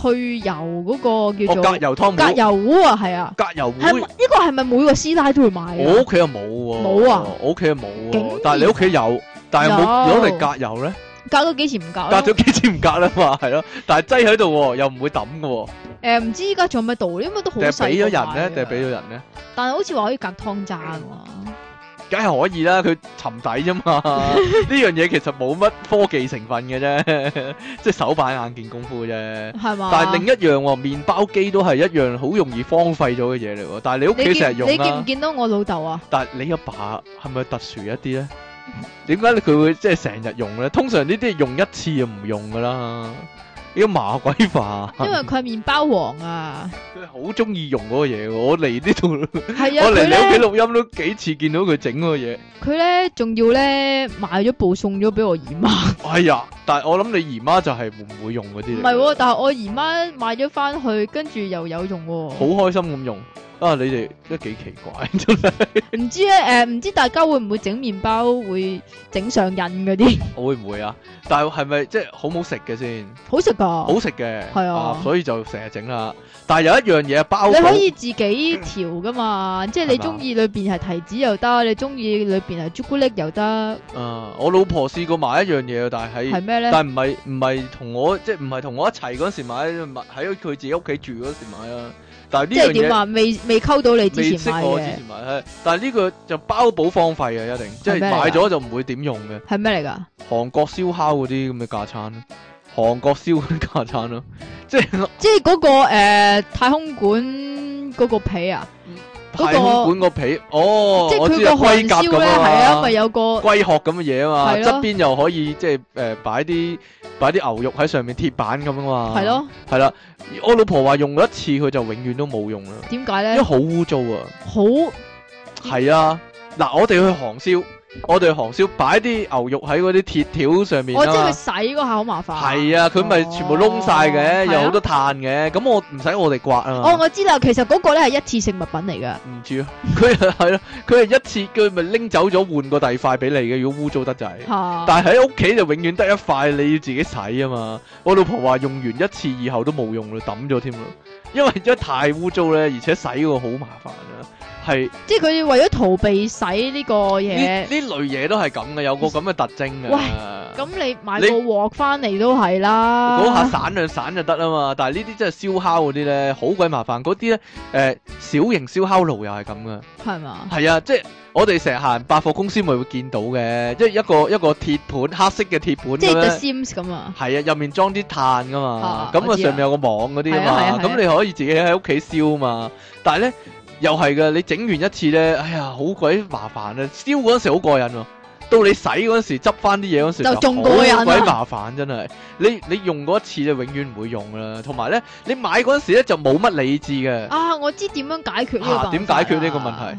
A: 去油嗰個
B: 我
A: 叫
B: 哦隔
A: 做
B: 油湯
A: 隔
B: 壺，
A: 油糊啊，係啊，
B: 隔油
A: 係咪
B: 壺。
A: 呢個係咪每個師奶都會買㗎
B: 我屋企又冇喎，
A: 冇啊
B: 我屋企又冇
A: 竟
B: 喎
A: 然，
B: 但係你屋企有，但係冇
A: 有
B: 攞嚟隔油咧，
A: 隔咗幾時唔隔
B: 隔
A: 咯？
B: 咗幾次唔隔啦嘛， 係咯，但係擠喺度喎，又唔會抌嘅喎，
A: 誒唔知依家仲有咩道理，因為都好
B: 定係
A: 細
B: 俾咗人
A: 咧，
B: 咧，定係俾咗人咧，
A: 但係好似話可以隔湯渣啊嘛，
B: 梗係可以啦，佢沉底 啫嘛，呢樣嘢其實冇乜科技成分嘅啫， 即係手板眼見功夫啫。
A: 係嘛？
B: 但係另一樣喎，麵包機都係一樣好容易荒廢咗嘅嘢嚟喎，但係你屋
A: 你
B: 企成
A: 見
B: 日用啊
A: 你見
B: 啦
A: 唔。見到我老豆 啊？
B: 但係你阿爸係咪特殊一啲咧？點解佢會即係成日用咧？通常呢啲係用一次就唔用噶啦，呢個麻鬼化，
A: 因為佢係麵包王 啊，
B: 佢好中意用嗰個嘢喎。我嚟呢度，
A: 係啊，
B: 我嚟
A: 佢咧
B: 你屋企錄音都幾次見到佢整嗰個嘢。
A: 佢咧仲要咧買咗部送咗俾我姨 媽，
B: 哎呀！但係我諗你姨媽就係會唔會用嗰
A: 唔
B: 啲嚟？
A: 係喎，但係我姨媽買咗翻去，跟住又有用喎、
B: 好開心咁用啊！你哋真係幾奇怪， 真係
A: 唔知咧誒，唔、知大家會唔會整麵包會整上癮嗰啲，
B: 會唔會啊？但係係咪即係好唔好食嘅先？
A: 好食㗎，
B: 好食嘅，
A: 係啊
B: 所以就成日整啦。但係有一樣嘢包
A: 你
B: 保
A: 可以自己調噶嘛，即係
B: 嗯係
A: 你
B: 嘛
A: 中意裏邊係提子又得，你中意裏邊係朱古力又得，
B: 啊！我老婆試過買一樣嘢，但係
A: 係
B: 喺
A: 咩咧？
B: 但唔係唔係同我即係唔係同我一齊嗰陣時買，買喺佢自己屋企住嗰時買啊。但係
A: 即係
B: 呢
A: 點
B: 樣嘢
A: 啊？未未溝到你之
B: 未
A: 前
B: 識
A: 買
B: 我之
A: 嘅
B: 前買，係但係呢個就包保荒廢嘅一定，即係
A: 係咩嚟啊㗎
B: 買咗就唔會點用嘅。
A: 係咩嚟㗎？
B: 韓國燒烤嗰啲咁嘅架餐，韓國燒嗰啲架餐咯， 即係
A: 即係嗰、個、呃、太空館嗰個皮啊，嗰個
B: 太空館個皮。哦
A: 即，係
B: 我
A: 佢
B: 知
A: 個
B: 啊，
A: 韓
B: 龜甲
A: 燒
B: 咁
A: 咧係啊，
B: 啊
A: 咪
B: 嘛。
A: 有個。
B: 龜殼咁嘅嘢啊嘛，
A: 係咯
B: 側邊又可以即係誒擺啲擺啲牛肉喺上面鐵板咁啊嘛。
A: 系。咯，
B: 系啦，我老婆話用咗一次佢就永遠都冇用啦，
A: 點解哦
B: 因為
A: 咧？
B: 好污糟啊。
A: 好
B: 係啊，嗱，我哋去韓燒，我哋去韓燒擺啲牛肉喺嗰啲鐵條上面
A: 我知佢哦
B: 啊。
A: 洗嗰下好麻煩。
B: 係啊，佢咪全部窿晒嘅，
A: 哦
B: 有好。多碳嘅，咁我唔使我哋刮
A: 係啊哦，
B: 啊。
A: 我知啦，其實嗰個咧係一次性物品嚟噶，
B: 唔知啊， 佢係咯，佢係一次佢咪拎走咗換個第二塊俾你嘅，如果污糟得滯。
A: 吓。
B: 但係喺屋企就永遠得一塊，你要自己洗啊嘛。我老婆話用完一次以後都冇用啦，抌咗添啦，因為因為太污糟咧，而且洗嗰個好麻煩啊。係
A: 即係佢為咗逃避洗呢個
B: 呢
A: 嘢，
B: 呢類嘢都係咁嘅，有個咁嘅特徵啊。
A: 咁啊你買個
B: 你
A: 鑊翻嚟都係啦。
B: 嗰下散兩散就得啦嘛，但係呢啲真係燒烤嗰啲咧，好鬼麻煩。嗰啲咧，誒、小型燒烤爐又係咁噶。
A: 係嘛？
B: 係啊，即係我哋成日行百貨公司咪會見到嘅，即係一個一個鐵盤，黑色嘅鐵盤
A: 即
B: 咁
A: 係 The
B: 樣。
A: Sims 咁啊，
B: 係啊，入面裝啲炭噶嘛
A: 啊，
B: 咁啊
A: 我知啊
B: 上面有個網嗰啲啊
A: 係啊係啊
B: 嘛，
A: 係啊
B: 咁你可以自己喺屋企燒嘛。但係咧又係嘅，你整完一次咧，哎呀好鬼麻煩啊！燒嗰陣時好過癮喎，到你洗嗰陣時執翻啲嘢嗰陣時
A: 就仲
B: 好
A: 過癮啊
B: 鬼麻煩真係。你你用過一次就永遠唔會用啦，同埋咧你買嗰陣時咧就冇乜理智嘅，
A: 啊啊，我知點樣解決呢個
B: 啊
A: 辦
B: 點
A: 法
B: 解決呢個問題
A: 啊？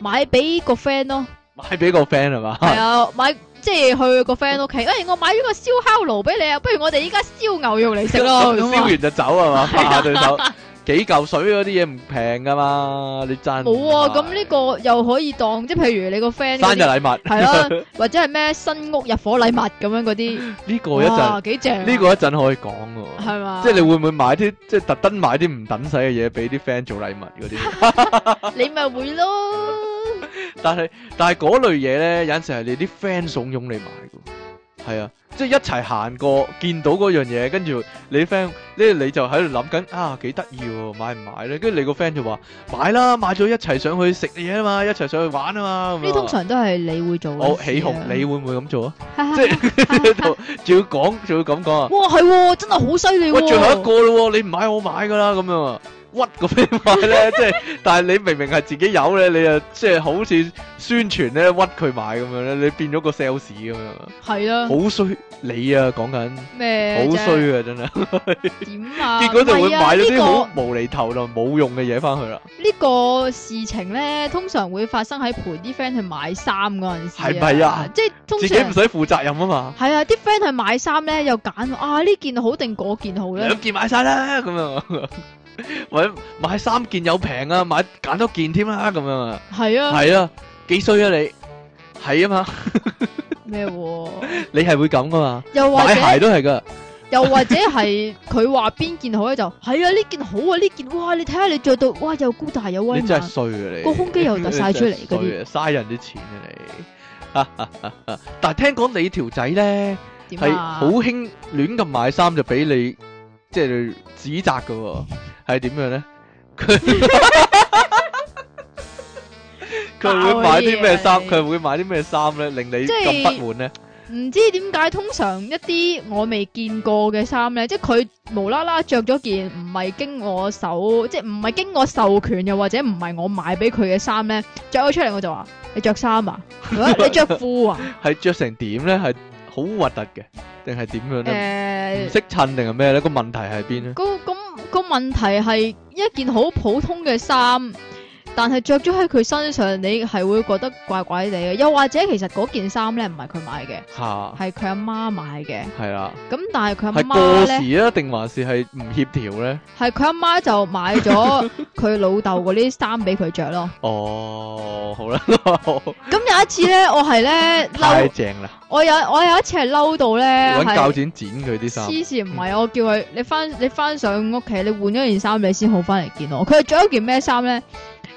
A: 買俾個 friend 咯，
B: 買俾個 friend 係嘛？
A: 系啊，買即係去個 friend 屋企，诶，我買咗個燒烤爐俾你啊，不如我哋依家燒牛肉嚟食 咯，
B: 燒
A: 咁啊，
B: 完就走係 嘛？拍下對手，幾嚿水嗰啲嘢唔平噶嘛，你賺
A: 冇啊，
B: 唔
A: 咁呢個又可以當即係譬如你個 friend
B: 生日
A: 嗰啲
B: 禮物
A: 係 咯，或者係咩新屋入伙禮物咁樣嗰啲，
B: 呢哦個一陣
A: 哇，幾正啊，
B: 呢個一陣可以講喎。
A: 係嘛？
B: 即係你會唔會買 啲即係特登買啲唔等使嘅嘢俾啲 friend 做禮物嗰啲？
A: 你咪會咯，
B: 但係但係嗰類嘢咧，有陣時係你啲 friend 慫恿你買嘅，係啊，即係一齊行過見到嗰樣嘢，跟住你啲 friend 咧你就喺度諗緊啊幾得意喎，買唔買咧？跟住你個 friend 就話買啦，買咗一齊上去食嘢啊嘛，一齊上去玩啊嘛。咁
A: 呢
B: 樣
A: 通常都係你會做嘅
B: 我
A: 事啊
B: 起哄， 你會唔會咁做啊？ 即係仲要講，仲要咁講啊！
A: 哇，係喎，真係好犀利
B: 喂，最後一
A: 喎，
B: 個咯喎，你唔買我買噶啦，咁樣啊，屈個 friend 買咧，即係，但係你明明係自己有咧，你啊，即係好似宣傳咧，屈佢買咁樣咧，你變咗個 sales 咁樣啊，
A: 係啦，
B: 好衰你啊，講緊
A: 咩
B: 好
A: 啫
B: 衰啊，真係，
A: 點啊？
B: 結果就會
A: 唔係啊
B: 買咗
A: 呢
B: 啲
A: 個
B: 好無厘頭同冇用嘅嘢翻去啦，
A: 呢個事情咧，通常會發生喺陪啲 friend 去買衫嗰陣時
B: 係咪啊
A: 即係通
B: 自己唔
A: 常
B: 使負責任啊嘛，
A: 係啊，啲 friend 去買衫咧，又揀啊呢件好定嗰件好咧
B: 兩。件買晒啦，咁樣，或者買三件有平啊，買揀多件添啦，咁樣啊，
A: 係啊，
B: 係啊，幾衰啊你，係啊嘛，
A: 咩喎？
B: 你係會咁噶嘛？
A: 又或
B: 買鞋
A: 者
B: 都係噶，
A: 又或者係佢話邊件好咧，就係啊呢件好啊呢件，哇你睇下你着到，哇又高大又威
B: 你
A: 猛，
B: 真係衰啊你！
A: 個胸肌又凸晒出嚟嗰啲
B: 你真係衰啊嘥人啲錢啊你！但係聽講你條仔咧
A: 點
B: 係
A: 啊
B: 好？興亂咁買衫就俾你即係指責噶喎，係點樣咧？佢 佢會買啲咩衫？
A: 爆你啊你
B: 佢會買啲咩衫咧？令你
A: 即係
B: 咁不滿咧？
A: 唔知點解，通常一啲我未見過嘅衫咧，即係佢無啦啦着咗件唔係經我手，即係唔係經我授權，又或者唔係我買俾佢嘅衫咧，着咗出嚟我就話：你着衫 啊？ 啊你着褲啊？
B: 係着成點咧？係好核突嘅，定係點樣咧？唔
A: 誒、
B: 識襯定係咩咧？個問題係邊咧？
A: 個咁個問題係一件好普通嘅衫，但係着咗喺佢身上，你係會覺得怪怪地嘅。又或者其實嗰件衫咧唔係佢買嘅，
B: 嚇
A: 係佢阿媽買嘅。
B: 係啦。
A: 咁但係佢阿
B: 係
A: 媽
B: 過
A: 咧。
B: 時啊，定還是係唔協調咧？
A: 系佢阿媽就買 咗佢老豆嗰啲衫俾佢着咯。
B: 哦， 好啦，
A: 咁有一次咧，我係咧
B: 嗯太
A: 嬲，
B: 正啦，
A: 我有我有一次係嬲到咧
B: 揾铰
A: 係
B: 剪剪佢啲衫，
A: 黐線，唔係我叫佢你翻你翻上屋企，你換咗件衫你先好翻嚟見我。佢係着咗件咩衫咧？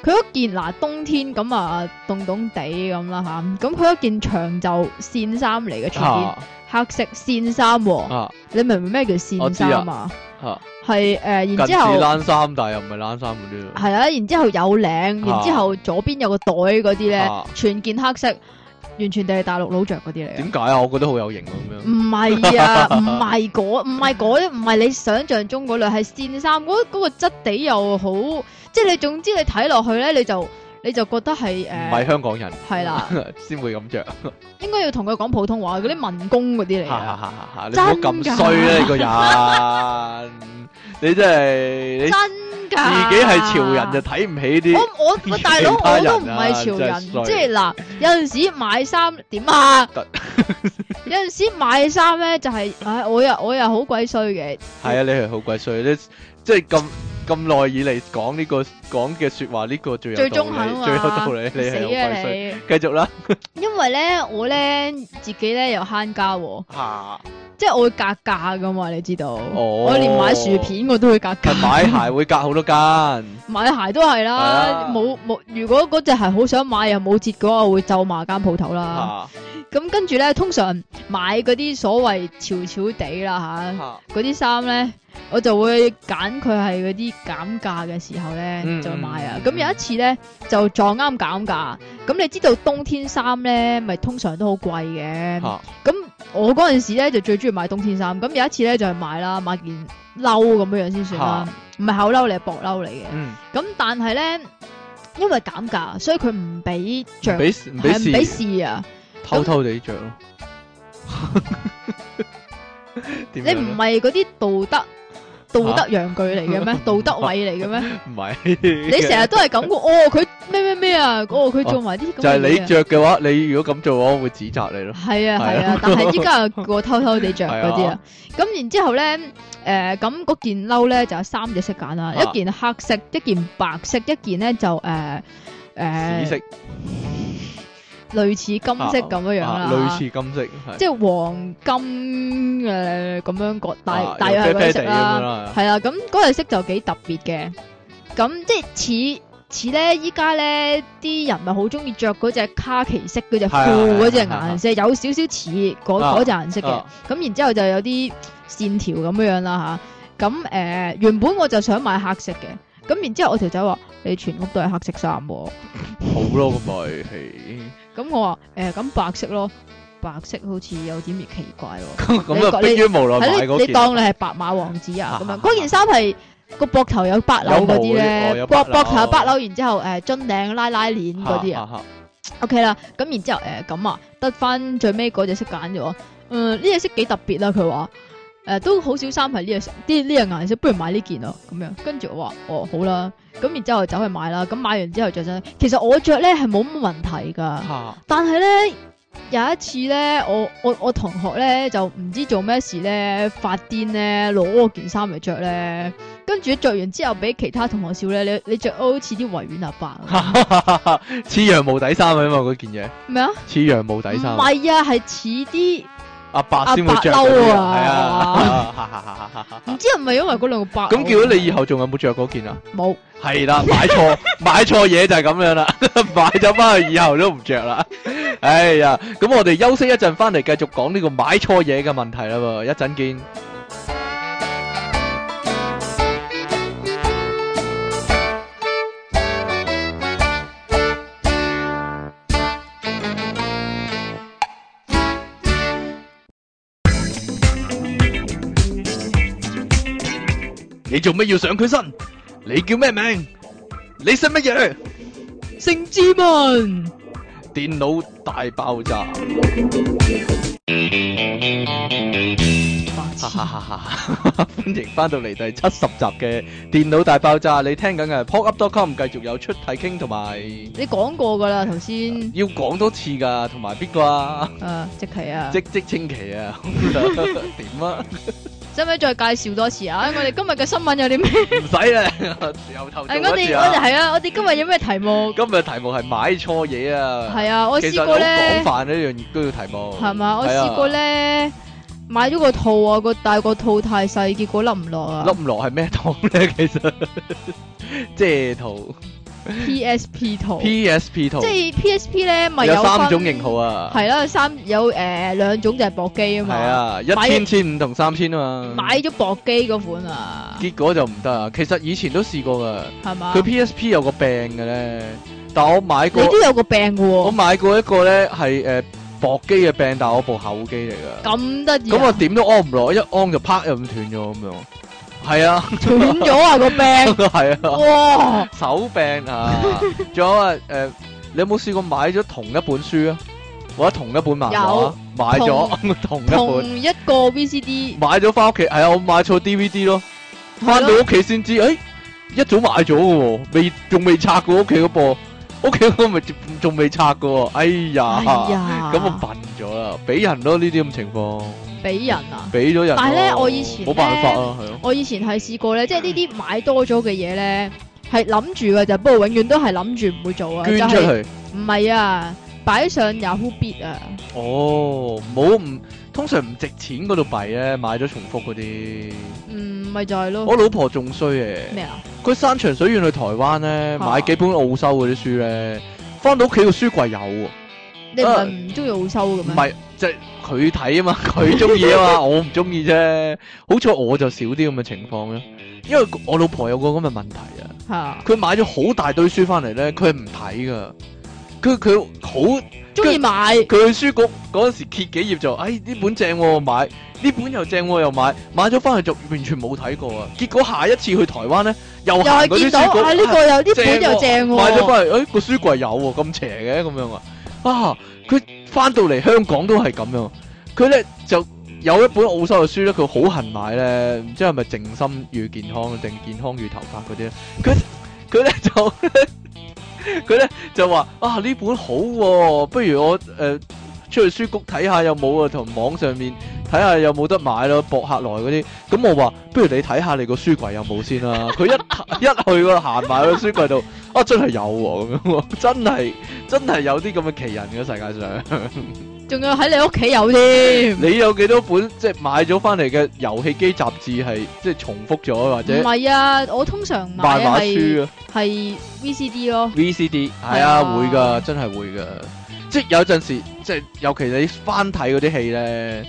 A: 佢嗰件嗱冬天咁啊凍凍地咁啦吓，咁佢一件長袖線衫嚟嘅，全件
B: 啊
A: 黑色線衫喎。
B: 啊
A: 你明唔明咩叫
B: 我
A: 線
B: 知啊
A: 衫啊？
B: 啊！
A: 係誒，
B: 近
A: 然
B: 似
A: 之後。
B: 冷衫，但係又唔係冷衫嗰啲
A: 系啊，然之后有領，然之后左邊有個袋嗰啲咧
B: 啊，
A: 全件黑色，完全就係大陸佬着嗰啲嚟嘅。
B: 點解啊？我覺得好有型啊，咁
A: 唔
B: 樣
A: 係 啊，唔係嗰，唔係嗰啲，唔係你想象中嗰類，係線衫嗰嗰個質地又好，即係你總之你睇落去咧，你就你就覺得係
B: 唔
A: 诶
B: 係香港人
A: 嗯係 啦，
B: 先會咁着，
A: 應該要同佢講普通話嗰啲民工嗰啲嚟
B: 哈哈
A: 嘅，
B: 哈哈哈！你唔好咁衰啦，你個 人，你真係
A: 真
B: 你自
A: 㗎。
B: 己係潮人就睇唔起啲，
A: 我 我我大佬
B: 其他
A: 我
B: 人啊
A: 都唔係潮
B: 真係
A: 人，
B: 衰
A: 即係嗱有陣時買衫點 啊
B: 得？
A: 有陣時買衫咧就係、唉我又我又好鬼衰嘅，
B: 係啊，你係好鬼衰，你即係咁。咁耐以嚟講呢個講嘅説話，呢個最有
A: 最
B: 道
A: 中肯啊
B: 理，
A: 嘛
B: 最有道理，你係好
A: 死啊
B: 鬼衰。
A: 你！
B: 繼續啦，
A: 因為咧我咧自己咧又慳家喎，
B: 嚇！
A: 即係我會格價噶嘛，你知道？我連買薯片我都會格
B: 係
A: 價，
B: 買鞋會隔好多間，
A: 買鞋都係
B: 係
A: 啦
B: 啊，
A: 冇冇、如果嗰隻係好想買又冇折嘅話，我會咒罵間鋪頭啦。
B: 嚇
A: 咁跟住咧，通常買嗰啲所謂潮潮地啦嚇。
B: 嚇
A: 嗰啲衫咧，我就會揀佢係嗰啲減價嘅時候咧、
B: 嗯
A: 就買啊
B: 嗯。
A: 咁、
B: 嗯
A: 有一次咧就撞啱減價，咁你知道冬天衫咧咪通常都好貴嘅。
B: 嚇
A: 咁我嗰陣時咧就最中意買冬天衫。咁有一次咧就係買啦，買件褸咁樣樣先算啦，唔係厚褸嚟，係薄褸嚟嘅。
B: 嗯，
A: 咁但係咧，因為減價，所以佢唔俾着，
B: 唔俾唔俾
A: 係唔俾
B: 試，
A: 試啊！
B: 偷偷地着咯。 點
A: 你
B: 樣
A: 唔
B: 呢
A: 係嗰啲道德道德陽具嚟嘅 咩？道德偉嚟嘅咩？
B: 唔係
A: 你成日都係咁嘅，哦佢咩咩咩啊，哦佢做埋啲咁
B: 就係
A: 嘅
B: 你
A: 嘢啊。
B: 着嘅話，你如果咁做嘅話，我會指責你咯。
A: 係啊係
B: 係
A: 啊
B: 啊，
A: 但係依 家又叫我偷偷地着嗰啲
B: 係
A: 啊
B: 啊。
A: 咁然之後咧，誒咁嗰件褸咧就有三隻色揀啦，
B: 啊
A: 一件黑色，一件白色，一件咧就誒
B: 紫色
A: 誒類似金色咁樣樣
B: 啊
A: 啦，
B: 類似金色，係
A: 即係黃金嘅咁樣個大
B: 啊
A: 大
B: 又
A: 約係嗰隻色
B: 啡啡地咁
A: 啦
B: 樣。啦。
A: 系啊啦，咁嗰隻色就幾特別嘅。咁即係似似咧，依家咧啲人咪好中意着嗰隻卡其色嗰隻
B: 係啊
A: 褲嗰隻
B: 係啊係啊
A: 顏色，有少少似嗰
B: 啊
A: 嗰隻顏色嘅
B: 啊。
A: 咁然之後就有啲線條咁樣樣啦吓。咁誒原本我就想買黑色嘅，咁然之後我條仔話你全屋都係黑色衫喎，
B: 好咯，咁咪係
A: 咁我話誒咁白色咯，白色好似有點奇怪喎。
B: 咁啊，
A: 你
B: 迫於無奈買
A: 係你
B: 嗰
A: 你
B: 件。
A: 當你係白馬王子啊咁樣，
B: 啊
A: 嗰件衫係個膊頭有白紐嗰啲
B: 有毛嗰啲
A: 咧
B: 哦，有
A: 膊
B: 白
A: 膊頭有
B: 紐
A: 白紐，然之後誒樽領拉拉鏈嗰啲啊
B: 啊，
A: ，OK 啦，咁然之後誒咁啊，得翻最尾嗰隻色揀咗，嗯呢隻色幾特別啦，佢話。誒都好少衫係呢隻色啲呢隻顏色，不如買呢件咯咁樣。跟住我話哦好啦，咁然之後走去買啦。咁買完之後着身，其實我着咧係冇乜問題㗎。
B: 嚇
A: 但係咧有一次咧，我我我同學咧就唔知做咩事咧發癲咧，攞我件衫嚟着咧，跟住着完之後俾其他同學笑咧，你你着好似啲維園阿伯咁
B: 似羊毛底衫啊嘛，嗰件嘢
A: 咩啊？
B: 似羊毛
A: 唔
B: 底衫，
A: 係啊，係似啲
B: 阿伯先會着嗰
A: 阿伯
B: 啲
A: 褸
B: 啊，係
A: 啊
B: 啊哈哈哈哈
A: 唔
B: 哈，
A: 知係咪因為嗰兩個伯
B: 咁叫咗你以後仲有冇着嗰件啊？
A: 冇
B: 係啦， 買錯買錯嘢就係咁樣啦，買咗翻去以後都唔着啦。哎呀，咁我哋休息一陣，翻嚟繼續講呢個買錯嘢嘅問題啦喎，一陣見。你做咩要上佢身？你叫咩名？你姓乜嘢？
A: 盛志文。
B: 電腦大爆炸，
A: 白痴
B: 哈哈哈哈！ 歡迎翻到嚟第七十集嘅電腦大爆炸，你聽緊嘅係 popup.com，繼續有出體傾同埋
A: 你講過㗎啦，頭先
B: 要講多次㗎，同埋必啩，
A: 誒即期啊，
B: 即即清奇啊， 好啦點啊？
A: 使唔使再介紹多次 啊？我哋今日嘅新聞有啲咩？
B: 唔使啦，由頭做
A: 誒我
B: 一次
A: 哋我哋
B: 啊！
A: 係啊，我哋今日有咩題 目？
B: 今日題目係買錯嘢啊！
A: 係啊，我
B: 其
A: 試
B: 實好
A: 過咧
B: 廣。泛呢樣嘢都要題目，
A: 系嘛？我
B: 係啊
A: 試過，咧買咗個套啊，個但係個套太細，結果笠唔落啊
B: 笠。唔落係咩糖咧？其實 遮圖。
A: PSP 套，即
B: PSP 圖
A: 係 PSP 咧，咪
B: 有三
A: 種
B: 種型號啊，
A: 係啦，三有诶兩種就係搏機啊
B: 係
A: 嘛。
B: 啊，一千千五同三千啊嘛，
A: 買咗搏機嗰款啊，
B: 結果就唔得啊。其實以前都試過噶，
A: 係嘛
B: 佢？PSP 有個病嘅咧，但我買
A: 你
B: 過
A: 都有個病嘅
B: 我
A: 喎，
B: 買過一個咧係誒薄機嘅病，但係我部厚機嚟噶，
A: 咁得意
B: 咁我
A: 啊，
B: 點都安唔落，一安就啪又咁斷咗咁樣，係啊，
A: 斷咗啊個病，
B: 係啊，
A: 哇！
B: 手 柄啊，仲有啊誒，你有冇試過買咗同一本書啊，或者同一本漫畫
A: 有
B: 買咗 同一本
A: 同？一個 VCD
B: 買咗翻屋企，係啊，我買錯 DVD 咯，翻到屋企先知，誒、一早買咗嘅喎，未仲未拆過屋企嗰部，屋企嗰個咪仲仲未拆嘅喎，哎呀，
A: 哎呀，
B: 咁我笨咗啦，俾人咯呢啲咁情況，
A: 俾人啊！
B: 俾咗人咯。
A: 但係呢我以前呢
B: 冇辦法啊，係咯，
A: 我以前係試過咧，即係呢啲買多咗嘅嘢咧，係諗住嘅就，不過永遠都係諗住唔會做啊。
B: 捐
A: 就
B: 出
A: 係
B: 去，
A: 唔係啊，擺上 Yahoo Bid 啊，
B: 哦，冇唔。通常唔值錢嗰度弊咧，買咗重複嗰啲。
A: 嗯，咪就係
B: 我
A: 咯。
B: 老婆仲衰嘅，
A: 咩啊？
B: 佢山長水遠去台灣咧，
A: 啊
B: 買幾本澳洲嗰啲書咧，翻到屋企個書櫃有喎。
A: 你唔係唔中意澳洲嘅
B: 唔
A: 咩？
B: 係，即係佢睇 啊嘛，佢中意啊嘛，我唔中意啫。好彩我就少啲咁嘅情況啦，因為我老婆有個咁嘅問題啊，
A: 嚇，
B: 佢買咗好大堆書翻嚟咧，佢係唔睇噶。佢佢好，
A: 中意買
B: 佢去書局嗰陣時揭幾頁就，哎呢本正喎、買，呢本又正喎、又買，買咗翻去就完全冇睇過啊！結果下一次去台灣咧，又
A: 又
B: 行
A: 係
B: 嗰啲
A: 見到
B: 書局，
A: 啊呢個有呢
B: 正
A: 本又正
B: 買咗
A: 喎，
B: 翻嚟，誒、個書櫃有喎、咁邪嘅咁樣啊！啊，佢翻到嚟香港都係咁樣，佢咧就有一本澳洲嘅書咧，佢好恨買咧，唔知係咪《靜心與健康》定《健康與頭髮》嗰啲咧，佢佢咧就佢咧就話啊呢本好喎、不如我誒、呃出去書局睇下有冇啊，同網上面睇下有冇得買咯，博客來嗰啲。咁我話不如你睇下你個書櫃有冇先啦。佢一一去嗰度行埋去書櫃度，啊真係有喎、咁樣喎， 真係真係有啲咁嘅奇人嘅世界上。
A: 仲要喺你屋企有添，
B: 你有幾多本即係買咗翻嚟嘅遊戲機雜誌係即係重複咗或
A: 唔
B: 者
A: 係啊，我通常
B: 漫
A: 買
B: 畫
A: 係
B: 書啊
A: 係 VCD 咯，
B: VCD 係
A: 係
B: 啊
A: 啊
B: 會噶，真係會噶。即係有陣時即係尤其你翻睇嗰啲戲咧，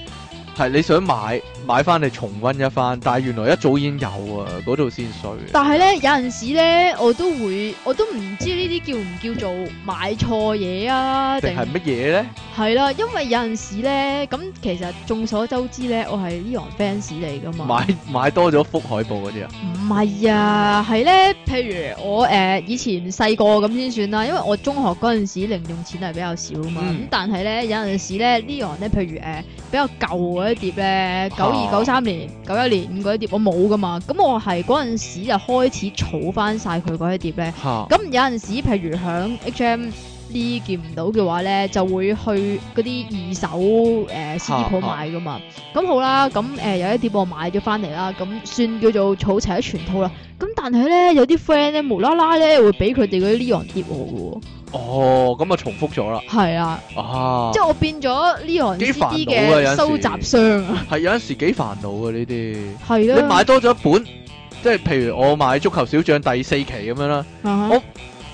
B: 係你想買買翻嚟重温一番，但係原來一早已經有啊，嗰度先衰。
A: 但係咧有陣時咧我都會，我都唔知呢啲叫唔叫做買錯嘢啊，
B: 定
A: 定
B: 係乜嘢咧？
A: 係啦，因為有陣時咧，咁其實眾所周知咧，我係 Leon fans 嚟噶嘛。
B: 買買多咗幅海報嗰啲啊？
A: 唔係啊，係咧，譬如我誒、呃以前細個咁先算啦，因為我中學嗰陣時零用錢係比較少啊嘛，咁、
B: 嗯
A: 但係咧有陣時咧 Leon 咧，譬如誒、呃比較舊嗰啲碟咧，九二九三年、九一年嗰啲碟我冇噶嘛，咁我係嗰陣時就開始儲翻晒佢嗰啲碟咧，
B: 嚇
A: 咁有陣時譬如響 HM 呢見唔到嘅話咧，就會去嗰啲二手誒、呃 CD 鋪買噶嘛。咁好啦，咁誒、呃有一碟我買咗翻嚟啦，咁算叫做儲齊咗全套啦。咁但係咧有啲 friend 咧無啦啦咧會俾佢哋嗰啲 Leon 碟我
B: 哦，咁啊重複咗啦
A: 嘅喎，係啊，
B: 啊！
A: 即係我變咗 Leon
B: 幾煩
A: CD
B: 惱啊有陣
A: 嘅
B: 時
A: 收集商啊，
B: 係有陣時幾煩惱啊呢啲。
A: 係
B: 你
A: 啦。
B: 買多咗一本，即係譬如我買足球小將第四期咁樣啦，
A: 啊
B: 我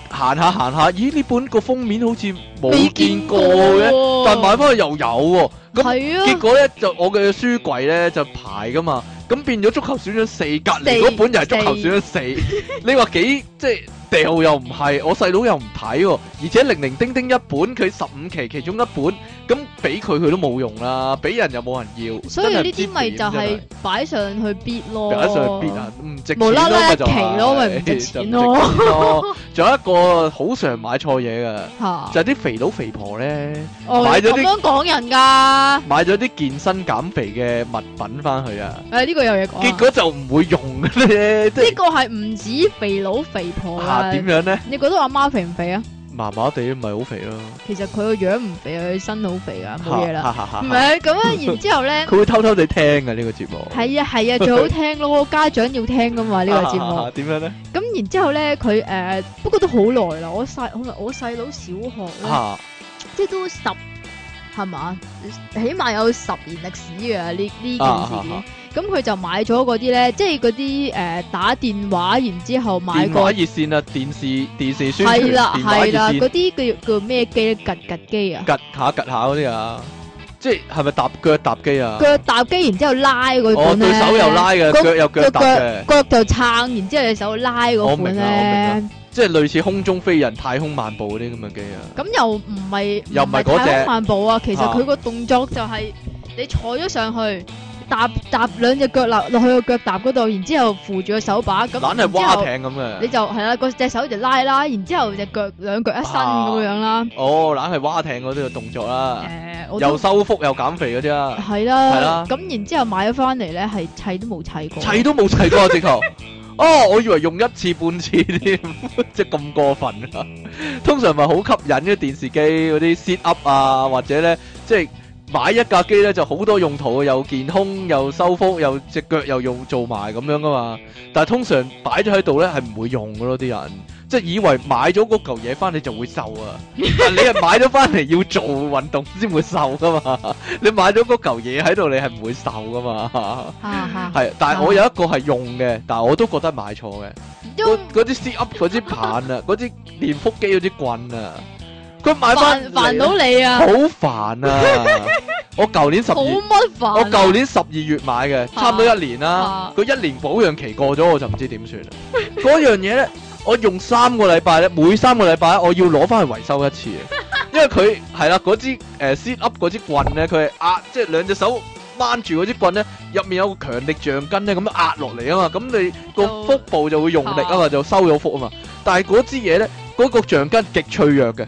B: 行下行下，咦呢本個封面好似
A: 未
B: 冇見
A: 見
B: 過
A: 過
B: 嘅，
A: 喎
B: 但買翻去又有喎。咁
A: 係
B: 結
A: 啊，
B: 果咧就我嘅書櫃咧就排噶嘛，咁變咗足球小將四，隔離
A: 四
B: 嗰本又係足球小將四。 你話幾即係掉又唔係，我細佬又唔睇喎，而且零零丁丁一本佢十五期其中一本，咁俾佢佢都冇用啦，俾人又冇人要，
A: 所以
B: 真係
A: 呢
B: 知
A: 啲咪
B: 點
A: 就
B: 真
A: 係擺上去 bid 咯，
B: 有一上邊啊，唔值錢
A: 無啦啦
B: 咪
A: 一
B: 就
A: 期
B: 係
A: 咯咪唔值錢咯
B: 就唔值錢咯 仲有一個好常買錯嘢嘅，
A: 嚇
B: 就係啲肥佬肥婆咧，
A: 哦，
B: 買
A: 你
B: 咗
A: 咁
B: 啲
A: 樣講人噶，誒、
B: 買咗啲健身減肥嘅物品翻去啊，
A: 呢、個有嘢講啊。
B: 結果就唔會用嘅 咧，即
A: 呢
B: 係
A: 個係唔止肥佬肥婆
B: 嚇
A: 啊。
B: 點樣咧？
A: 你覺得我阿媽肥唔肥啊？
B: 麻麻地唔係好肥咯，
A: 其實佢個樣唔肥啊，佢身好肥啊，冇嘢啦。
B: 嚇嚇嚇
A: 唔
B: 嚇
A: 係咁啊，然之後咧，
B: 佢會偷偷地聽嘅呢個節目，
A: 係啊係啊，最好聽 咯，家長要聽噶嘛呢個節
B: 嚇
A: 目
B: 嚇。啊點樣咧？
A: 咁然之後咧，佢誒、呃不過都好耐啦，我細我我細佬小學啦，
B: 嚇
A: 即係都十係嘛，起碼有十年歷史嘅呢呢件
B: 啊嚇
A: 事件
B: 嚇。
A: 咁佢就買咗嗰啲咧，即係嗰啲誒打電話，然之後買
B: 電
A: 個
B: 話熱線啊，電視電視宣傳，
A: 係啦
B: 電話
A: 係
B: 熱
A: 啦，
B: 線
A: 嗰。啲叫叫咩機咧？趌趌機啊，
B: 趌下趌下嗰啲啊，即係係咪踏腳踏機啊？
A: 腳踏機，然之後拉嗰
B: 我
A: 款咧，
B: 哦對手又拉嘅，
A: 個
B: 腳又腳踏嘅，
A: 腳就撐，然之後隻手拉
B: 我
A: 嗰
B: 明
A: 款
B: 啦我
A: 咧，
B: 即係類似空中飛人、太空漫步嗰啲咁嘅機啊。
A: 咁又唔係
B: 又唔係嗰隻
A: 太空漫步啊，其實
B: 啊
A: 佢個動作就係你坐咗上去。搭搭兩隻腳落落去個腳踏嗰度，然之後扶住個手把，咁
B: 懶係
A: 然之
B: 蛙
A: 後
B: 艇咁嘅，
A: 你就係啦，個隻手就拉啦，然之後隻腳兩腳一伸咁樣啦。
B: 哦，懶係蛙艇嗰啲嘅動作啦，
A: 誒，我
B: 又
A: 都
B: 收腹又減肥嗰啲啊，
A: 係
B: 係
A: 啦
B: 啦。
A: 咁然之後買咗翻嚟咧，係砌都冇砌過。
B: 砌都冇砌過啊直頭。哦，我以為用一次半次添， 即係咁過分啊！通常咪好吸引嘅電視機嗰啲 sit up 啊，或者咧即係買一架機咧就好多用途啊，又健胸又收腹又只腳又用做埋咁樣噶嘛。但係通常擺咗喺度咧係唔會用噶咯，啲人即係以為買咗嗰嚿嘢翻你就會瘦啊，但你係買咗翻嚟要做運動先會瘦噶嘛，你買咗嗰嚿嘢喺度你係唔會瘦噶嘛。
A: 嚇嚇，
B: 係，但係我有一個係用嘅，但係我都覺得買錯嘅。
A: 因
B: 嗰嗰啲 sit up 嗰支棒 啊，嗰啲練腹肌嗰支棍啊，佢買
A: 煩
B: 翻
A: 煩到你啊，
B: 好煩啊！我舊年十
A: 好
B: 二，
A: 乜煩啊。
B: 我舊年十二月買嘅，差唔多一年啦
A: 啊。
B: 佢一年保養期過咗，我就唔知點算啦。嗰樣嘢咧，我用三個禮拜咧，每三個禮拜我要攞翻去維修一次啊，因為佢係啦，嗰支誒 sit up 嗰支棍咧，佢係壓即係兩隻手。掹住嗰支棍咧，入面有個強力橡筋咧，咁樣壓落嚟啊嘛，咁你個
A: 就
B: 腹部就會用力啊嘛，就收咗腹啊嘛。但係嗰支嘢咧，嗰、個橡筋極脆弱嘅，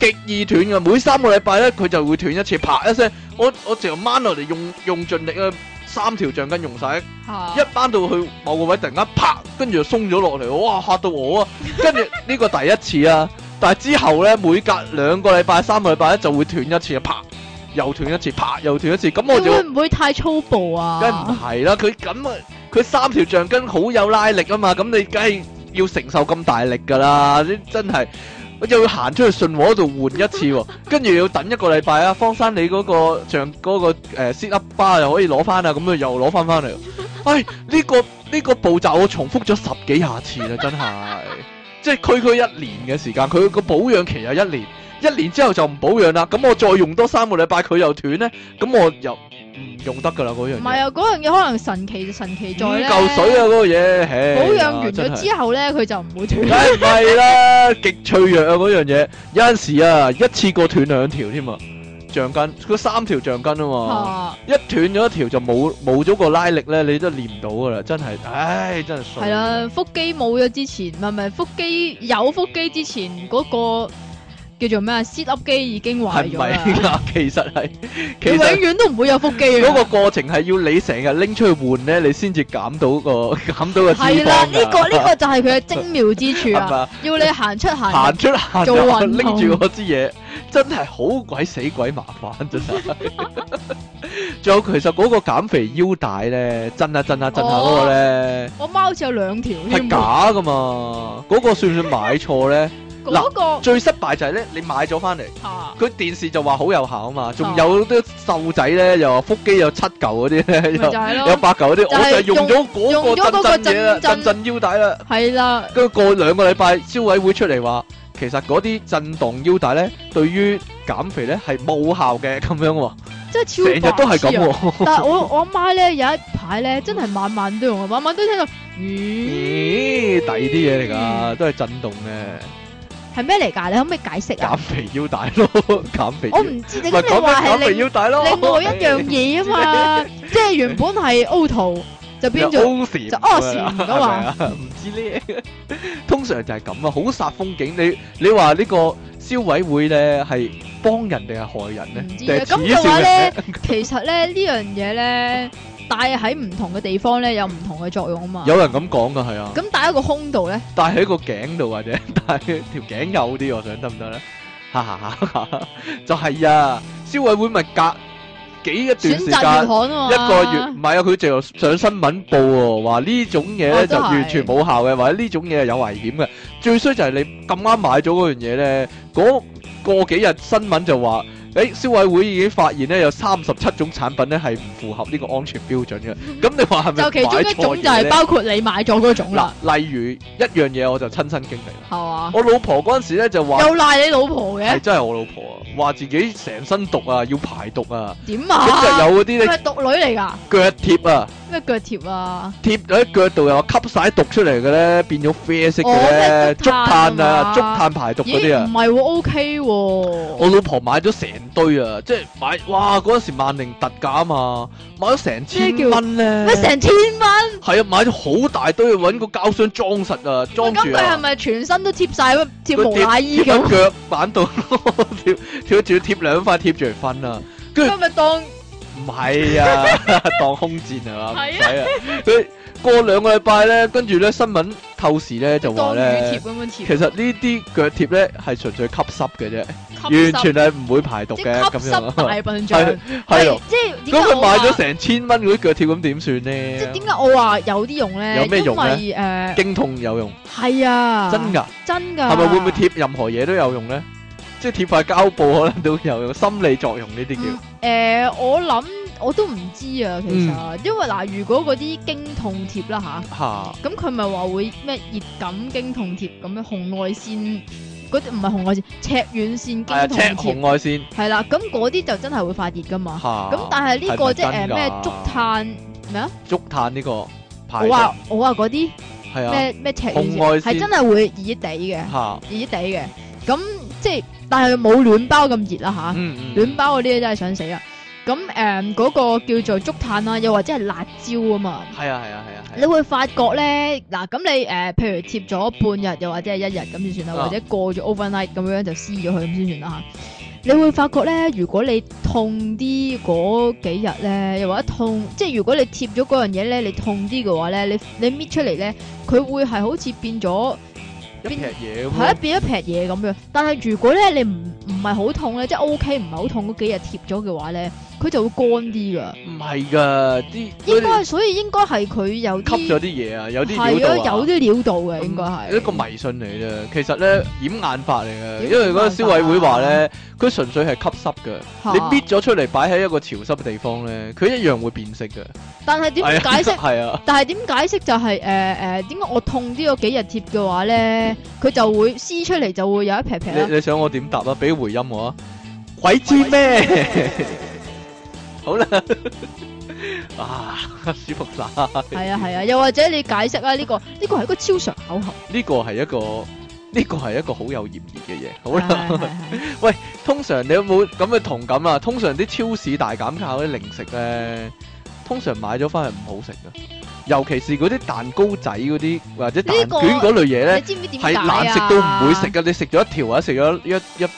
B: 極易斷嘅，每三個禮拜咧佢就會斷一次，啪一聲，我我直頭掹落嚟用用盡力啊，三條橡筋用晒，一
A: 吓
B: 掹到去某個位突然間啪，跟住就鬆咗落嚟，哇嚇到我啊！跟住呢個第一次啊，但係之後咧每隔兩個禮拜、三個禮拜咧就會斷一次，啪又斷一次，啪又斷一次，咁我
A: 你
B: 就
A: 會唔會太粗暴啊？
B: 梗唔係啦，佢咁啊，佢三條橡筋好有拉力啊嘛，咁你梗係要承受咁大力噶啦，你真係我又要行出去信和嗰度換一次 喎，跟住要等一個禮拜啊。方生你嗰個橡嗰、個呃 sit up bar 又可以攞翻啊，咁啊又攞翻 翻嚟。唉，呢、個呢、個步驟我重複咗十幾下次啦，真係，即係區區一年嘅時間，佢個保養期有一年，一年之後就唔保養啦。咁我再用多三個禮拜，佢又斷呢，咁我又唔用得噶啦嗰樣嘢。
A: 唔係啊，嗰樣嘢可能神奇就神奇在
B: 五
A: 咧，
B: 嚿水啊！嗰個嘢，唉
A: 保養完
B: 真係
A: 咗之後咧，佢就唔會斷。
B: 梗 係唔係啦，極脆弱啊嗰樣嘢。有陣時啊，一次過斷兩條添啊，橡筋，佢三條橡筋啊嘛，
A: 嚇
B: 一斷咗一條就冇冇咗個拉力咧，你都練唔到噶啦，真係，唉，真係衰。
A: 係啦，腹肌冇咗之前，唔係唔係腹肌有腹肌之前嗰個叫做咩啊？sit up 肌已經壞
B: 係
A: 咗
B: 咪
A: 啦，
B: 啊？其實係，
A: 你
B: 其
A: 永
B: 實
A: 遠都唔會有腹肌嘅。
B: 嗰個過程係要你成日拎出去換咧，你先至減到個減到個脂肪
A: 係啦，
B: 㗎
A: 呢個呢個就係佢嘅精妙之處
B: 啊係咪
A: 啦，
B: 啊
A: 要你行出行入
B: 行出行
A: 做
B: 入
A: 運
B: 拎
A: 動
B: 住嗰支嘢，真係好鬼死鬼麻煩，真係。 仲有其實嗰個減肥腰帶啊咧，震下震下震下
A: 哦
B: 嗰個咧，
A: 我貓好似有兩條
B: 係
A: 添喎，
B: 假噶嘛？嗰個算唔算買錯咧？
A: 嗰個啊
B: 最失敗就係咧，你買咗翻嚟，
A: 嚇
B: 佢電視就話好有效啊嘛，
A: 哦
B: 仲有啲瘦仔咧又話腹肌有七嚿嗰啲咧，
A: 咪就係
B: 有有
A: 咯，
B: 八嚿嗰啲，
A: 就係
B: 我就用咗
A: 用用咗
B: 嗰
A: 嗰個
B: 個震震嘢啦，
A: 震
B: 震震腰帶啦。
A: 係啦，
B: 跟住過兩個禮拜，消委會出嚟話，其實嗰啲震動腰帶咧，對於減肥咧係冇效嘅咁樣喎，
A: 即係超
B: 成日都係
A: 白痴啊
B: 咁喎。
A: 但係我我阿媽咧有一排咧，真係晚晚都用啊，晚晚都聽到，咦，
B: 咦，第二啲嘢嚟㗎，都係震動嘅
A: 係咩嚟㗎？你可唔可以解釋
B: 減
A: 啊？
B: 肥腰帶咯， 減肥腰。
A: 我
B: 唔
A: 唔知你
B: 係
A: 咁你
B: 講緊
A: 話係
B: 減肥
A: 另
B: 腰帶咯，
A: 另外 一樣嘢啊嘛，即係原本係 O 圖就變
B: 就
A: 咗
B: O 禪
A: 就 O 禪㗎嘛
B: 係咪啊 唔知咧。通常就係咁啊，好煞風景。你你話呢個消委會咧係幫人定係害人咧？
A: 唔知
B: 定
A: 嘅。
B: 係
A: 咁
B: 恥
A: 嘅
B: 笑
A: 話
B: 人
A: 咧，其實咧呢樣嘢咧戴喺唔同嘅地方咧有唔同嘅作用啊嘛。
B: 有人咁講㗎係啊。
A: 咁戴喺個胸度咧，
B: 戴喺個頸度或者 戴喺條頸有啲，我想得唔得咧？哈 哈哈哈哈！就係啊，消委會咪隔幾一段
A: 選
B: 時
A: 擇
B: 間
A: 月刊。啊嘛。
B: 一個月唔係啊，佢就上新聞報喎，話呢種嘢咧
A: 哦
B: 就
A: 真係
B: 完全冇效嘅，或者呢種嘢係有危險嘅。最衰就係你咁啱買咗嗰樣嘢咧，嗰過幾日新聞就話，誒、消委會已經發現咧有三十七種產品咧係唔符合呢個安全標準嘅。咁你話係咪
A: 就其中一種就
B: 買錯嘢
A: 係
B: 呢
A: 包括你買咗嗰種啦，
B: 嗱，例如一樣嘢我就親身經歷啦。
A: 係嘛？
B: 我老婆嗰陣時咧就話
A: 又賴你老婆
B: 係
A: 嘅，
B: 真係我老婆啊，話自己成身毒啊，要排毒啊，
A: 點
B: 咁
A: 啊？
B: 就有嗰啲
A: 佢
B: 咧
A: 係毒女嚟㗎，
B: 腳貼啊，
A: 咩腳貼啊？
B: 貼咗喺腳度又話吸晒毒出嚟嘅咧，變咗啡色嘅咧，
A: 哦即係竹
B: 竹
A: 炭
B: 炭啊，
A: 啊
B: 竹炭排毒嗰啲
A: 咦，
B: 啊
A: 唔。係喎，OK 喎，
B: 我老婆買咗成堆啊，即係買哇嗰陣時萬寧特價啊嘛，買咗成千
A: 咩叫
B: 蚊咧
A: 咩，成千蚊？
B: 係啊買咗好大堆，揾個膠箱裝實啊，裝
A: 咁
B: 住
A: 佢係
B: 啊。
A: 咪全身都貼晒貼
B: 佢
A: 無
B: 貼
A: 賴衣
B: 貼
A: 咁？
B: 喺腳板 度咯，貼貼住貼兩塊貼住嚟瞓啊！ 佢
A: 佢咪當
B: 唔係啊， 當空戰係嘛？唔
A: 係
B: 使啊！佢過兩個禮拜咧，跟住咧新聞透視咧就話
A: 當乳貼
B: 咧，
A: 咁樣
B: 其
A: 貼，
B: 實呢啲腳貼咧係純粹吸濕嘅啫，
A: 吸
B: 完
A: 濕
B: 全係唔會排毒
A: 即
B: 嘅
A: 係
B: 咁
A: 吸
B: 樣
A: 濕
B: 啊。
A: 大笨象，
B: 係係咯，
A: 即係點
B: 咁
A: 解
B: 佢
A: 我
B: 買
A: 話
B: 咗成千蚊嗰啲腳貼，咁點算
A: 即係
B: 呢？
A: 點解我話有啲用咧？
B: 有咩用呢
A: 因為誒
B: 經痛有用，
A: 係啊，
B: 真㗎，
A: 真㗎，
B: 係咪會唔會貼任何嘢都有用咧？即係貼塊膠布可能都有用，心理作用呢啲叫
A: 嗯。诶、我諗我都唔知啊，其實，
B: 嗯
A: 因為嗱，如果嗰啲經痛貼啦
B: 吓
A: 吓，咁佢咪話會咩熱感經痛貼咁樣紅外線嗰啲唔係紅外線，赤軟線經
B: 係啊，赤
A: 痛貼
B: 紅外線
A: 係啦，咁嗰啲就真係會發熱噶嘛。
B: 吓。
A: 咁、但係呢個
B: 係咪
A: 即係诶
B: 真㗎
A: 咩竹炭咩啊？
B: 竹炭呢個排
A: 我
B: 毒
A: 話我話嗰啲
B: 係啊
A: 咩咩赤
B: 紅外
A: 軟線
B: 線
A: 係真係會熱熱地嘅，
B: 嚇，
A: 熱熱地嘅。咁即係但係冇暖包咁熱啦吓。
B: 嗯嗯，
A: 暖包嗰啲真係想死啊！咁诶嗰個叫做竹炭啊，又或者係辣椒啊嘛。
B: 係啊係啊係啊係
A: 你
B: 啊，
A: 會發覺咧，嗱咁你誒、呃譬如貼咗半日，又或者係一日咁先算啦，
B: 啊
A: 或者過咗 overnight 咁樣就撕咗佢咁先算啦嚇。你會發覺咧，如果你痛啲嗰幾日咧，又或者痛，即係如果你貼咗嗰樣嘢咧，你痛啲嘅話咧，你你搣出嚟咧，佢會係好似變咗
B: 一劈嘢咁
A: 係啊一
B: 咯，
A: 變一劈嘢咁樣。但係如果咧你唔唔係好痛咧，即係 OK 唔係好痛嗰幾日貼咗嘅話咧，佢就會乾啲噶。
B: 唔係㗎，啲
A: 應
B: 嗰
A: 該所以應該係佢有
B: 啲
A: 啲
B: 吸咗啲嘢啊，有啲
A: 係
B: 料
A: 啊，
B: 到啊嗯
A: 有啲料到嘅應該
B: 一
A: 係。
B: 個迷信嚟啫。其實咧掩眼法嚟嘅，
A: 掩
B: 因為嗰個
A: 眼
B: 消
A: 法啊
B: 委會話咧，佢純粹係吸濕嘅。
A: 嚇
B: 你搣咗出嚟擺喺一個潮濕嘅地方咧，佢一樣會變色嘅。
A: 但係點解 釋？
B: 係啊，
A: 但係點解釋就係誒誒點解我痛啲嗰幾日貼嘅話咧，佢就會撕出嚟就會有一撇撇啦
B: 你。你想我點答啊？俾回音我啊！鬼知咩？好啦， 啊，舒服啦！
A: 係啊係啊，又或者你解釋啊呢個呢個係一個超常巧合。
B: 呢個係一個。呢個係一個好有嫌疑嘅嘢。 好
A: 係
B: 啦，
A: 係係
B: 通常你有冇咁嘅同感啊？通常啲超市大減價嗰啲零食咧，通常買咗翻係唔好食嘅，尤其是嗰啲蛋糕仔嗰啲或者蛋
A: 呢
B: 卷
A: 個
B: 嗰類嘢咧
A: 係你。知唔知點解
B: 係
A: 啊？
B: 難食到唔會食。噶，你食咗一條或者食咗一一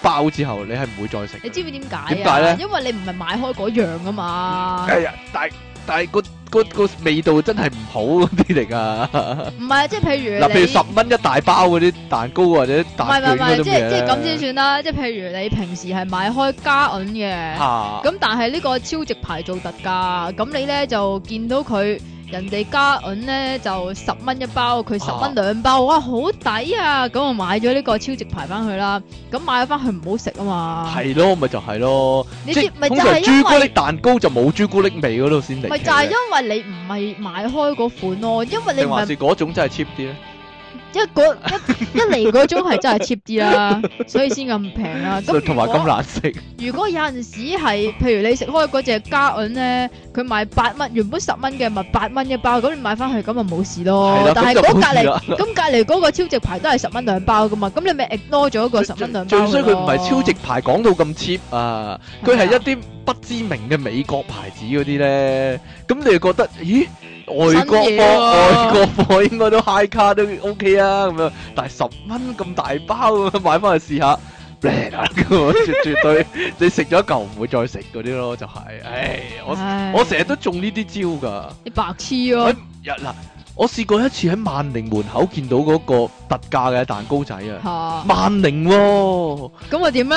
B: 包之後，你係唔會再食嘅。
A: 你知唔知點解啊？
B: 點解呢
A: 因為你唔係買開嗰樣啊嘛。
B: 哎呀，但係但係個個個味道真係唔好嗰啲嚟噶。
A: 唔係啊，即係譬如
B: 嗱，譬如
A: 你
B: 十蚊一大包嗰啲蛋糕啊或者
A: 唔係
B: 蛋
A: 唔係
B: 卷
A: 唔係，
B: 嗰
A: 即
B: 啲嘢
A: 係即
B: 咧
A: 係咁先算啦。即係譬如你平時係買開家銀嘅。
B: 嚇
A: 咁但係呢個超值牌做特價，咁你咧就見到佢人哋加銀咧就十蚊一包，佢十蚊兩包，哇好抵啊！咁我買咗呢個超值牌翻去啦，咁買咗翻去唔好食啊嘛，
B: 係咯，咪就係咯。
A: 你
B: 即
A: 知咪
B: 通
A: 就
B: 常
A: 係因
B: 朱古力
A: 為
B: 蛋糕就冇朱古力味嗰度先嚟嘅。
A: 咪就係因為你唔係買開嗰款咯，因為你
B: 定
A: 唔
B: 還
A: 係
B: 是嗰種真係 cheap 啲咧？
A: 一嗰一一嚟嗰種係真係 cheap 啲 啦，所以先咁平啦。咁
B: 同埋
A: 如果
B: 咁難食。
A: 如果有陣時係，譬如你食開嗰只嘉韻咧，佢賣八蚊，原本十蚊嘅，咪八蚊一包，咁你買翻去咁咪冇事
B: 係
A: 咯
B: 啦。
A: 但係
B: 咁就
A: 嗰
B: 冇
A: 隔
B: 事
A: 離，
B: 啦
A: 咁隔離嗰個超值牌都係十蚊兩包噶嘛，咁你咪 ignore 咗個十蚊兩包
B: 最衰佢唔
A: 係
B: 係超值，牌講到咁 cheap 啊！佢係一啲不知名嘅美國牌子嗰啲咧，咁你就覺得，咦？外國
A: 新
B: 貨、
A: 嘢喎
B: 外國貨應該都 high 卡都 OK 啊，咁樣，但係十蚊咁大包咁樣買翻去試下，靚啊！咁樣絕 絕對你食咗一嚿唔會再食嗰啲咯，就係、唉，我
A: 唉
B: 我成日都中呢啲招㗎。
A: 你白痴咯，
B: 日嗱，我試過一次喺萬寧門口見到嗰個特價嘅蛋糕仔啊，
A: 嚇
B: 萬寧喎、
A: 咁我點咧？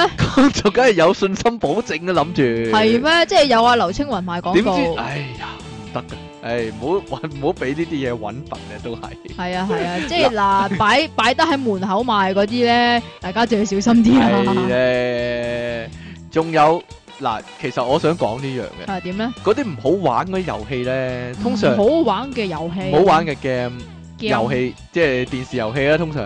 B: 就梗係有信心保證嘅諗住。
A: 係？咩？即係有啊，劉青雲賣廣
B: 點
A: 告
B: 知？，哎呀，唔得噶，唉，唔好搵，唔好俾呢啲嘢搵笨嘅都係。
A: 係啊係啊，即係嗱擺擺得喺門口賣嗰啲咧，大家就要小心啲
B: 係
A: 啦。
B: 咧，仲有嗱，其實我想講呢樣嘅，
A: 係點咧？
B: 嗰啲唔好玩嗰啲遊戲咧，通常
A: 啊唔好玩嘅遊戲，
B: 唔好玩嘅 game 遊
A: 戲
B: 戲，即係電視遊戲啦，通常。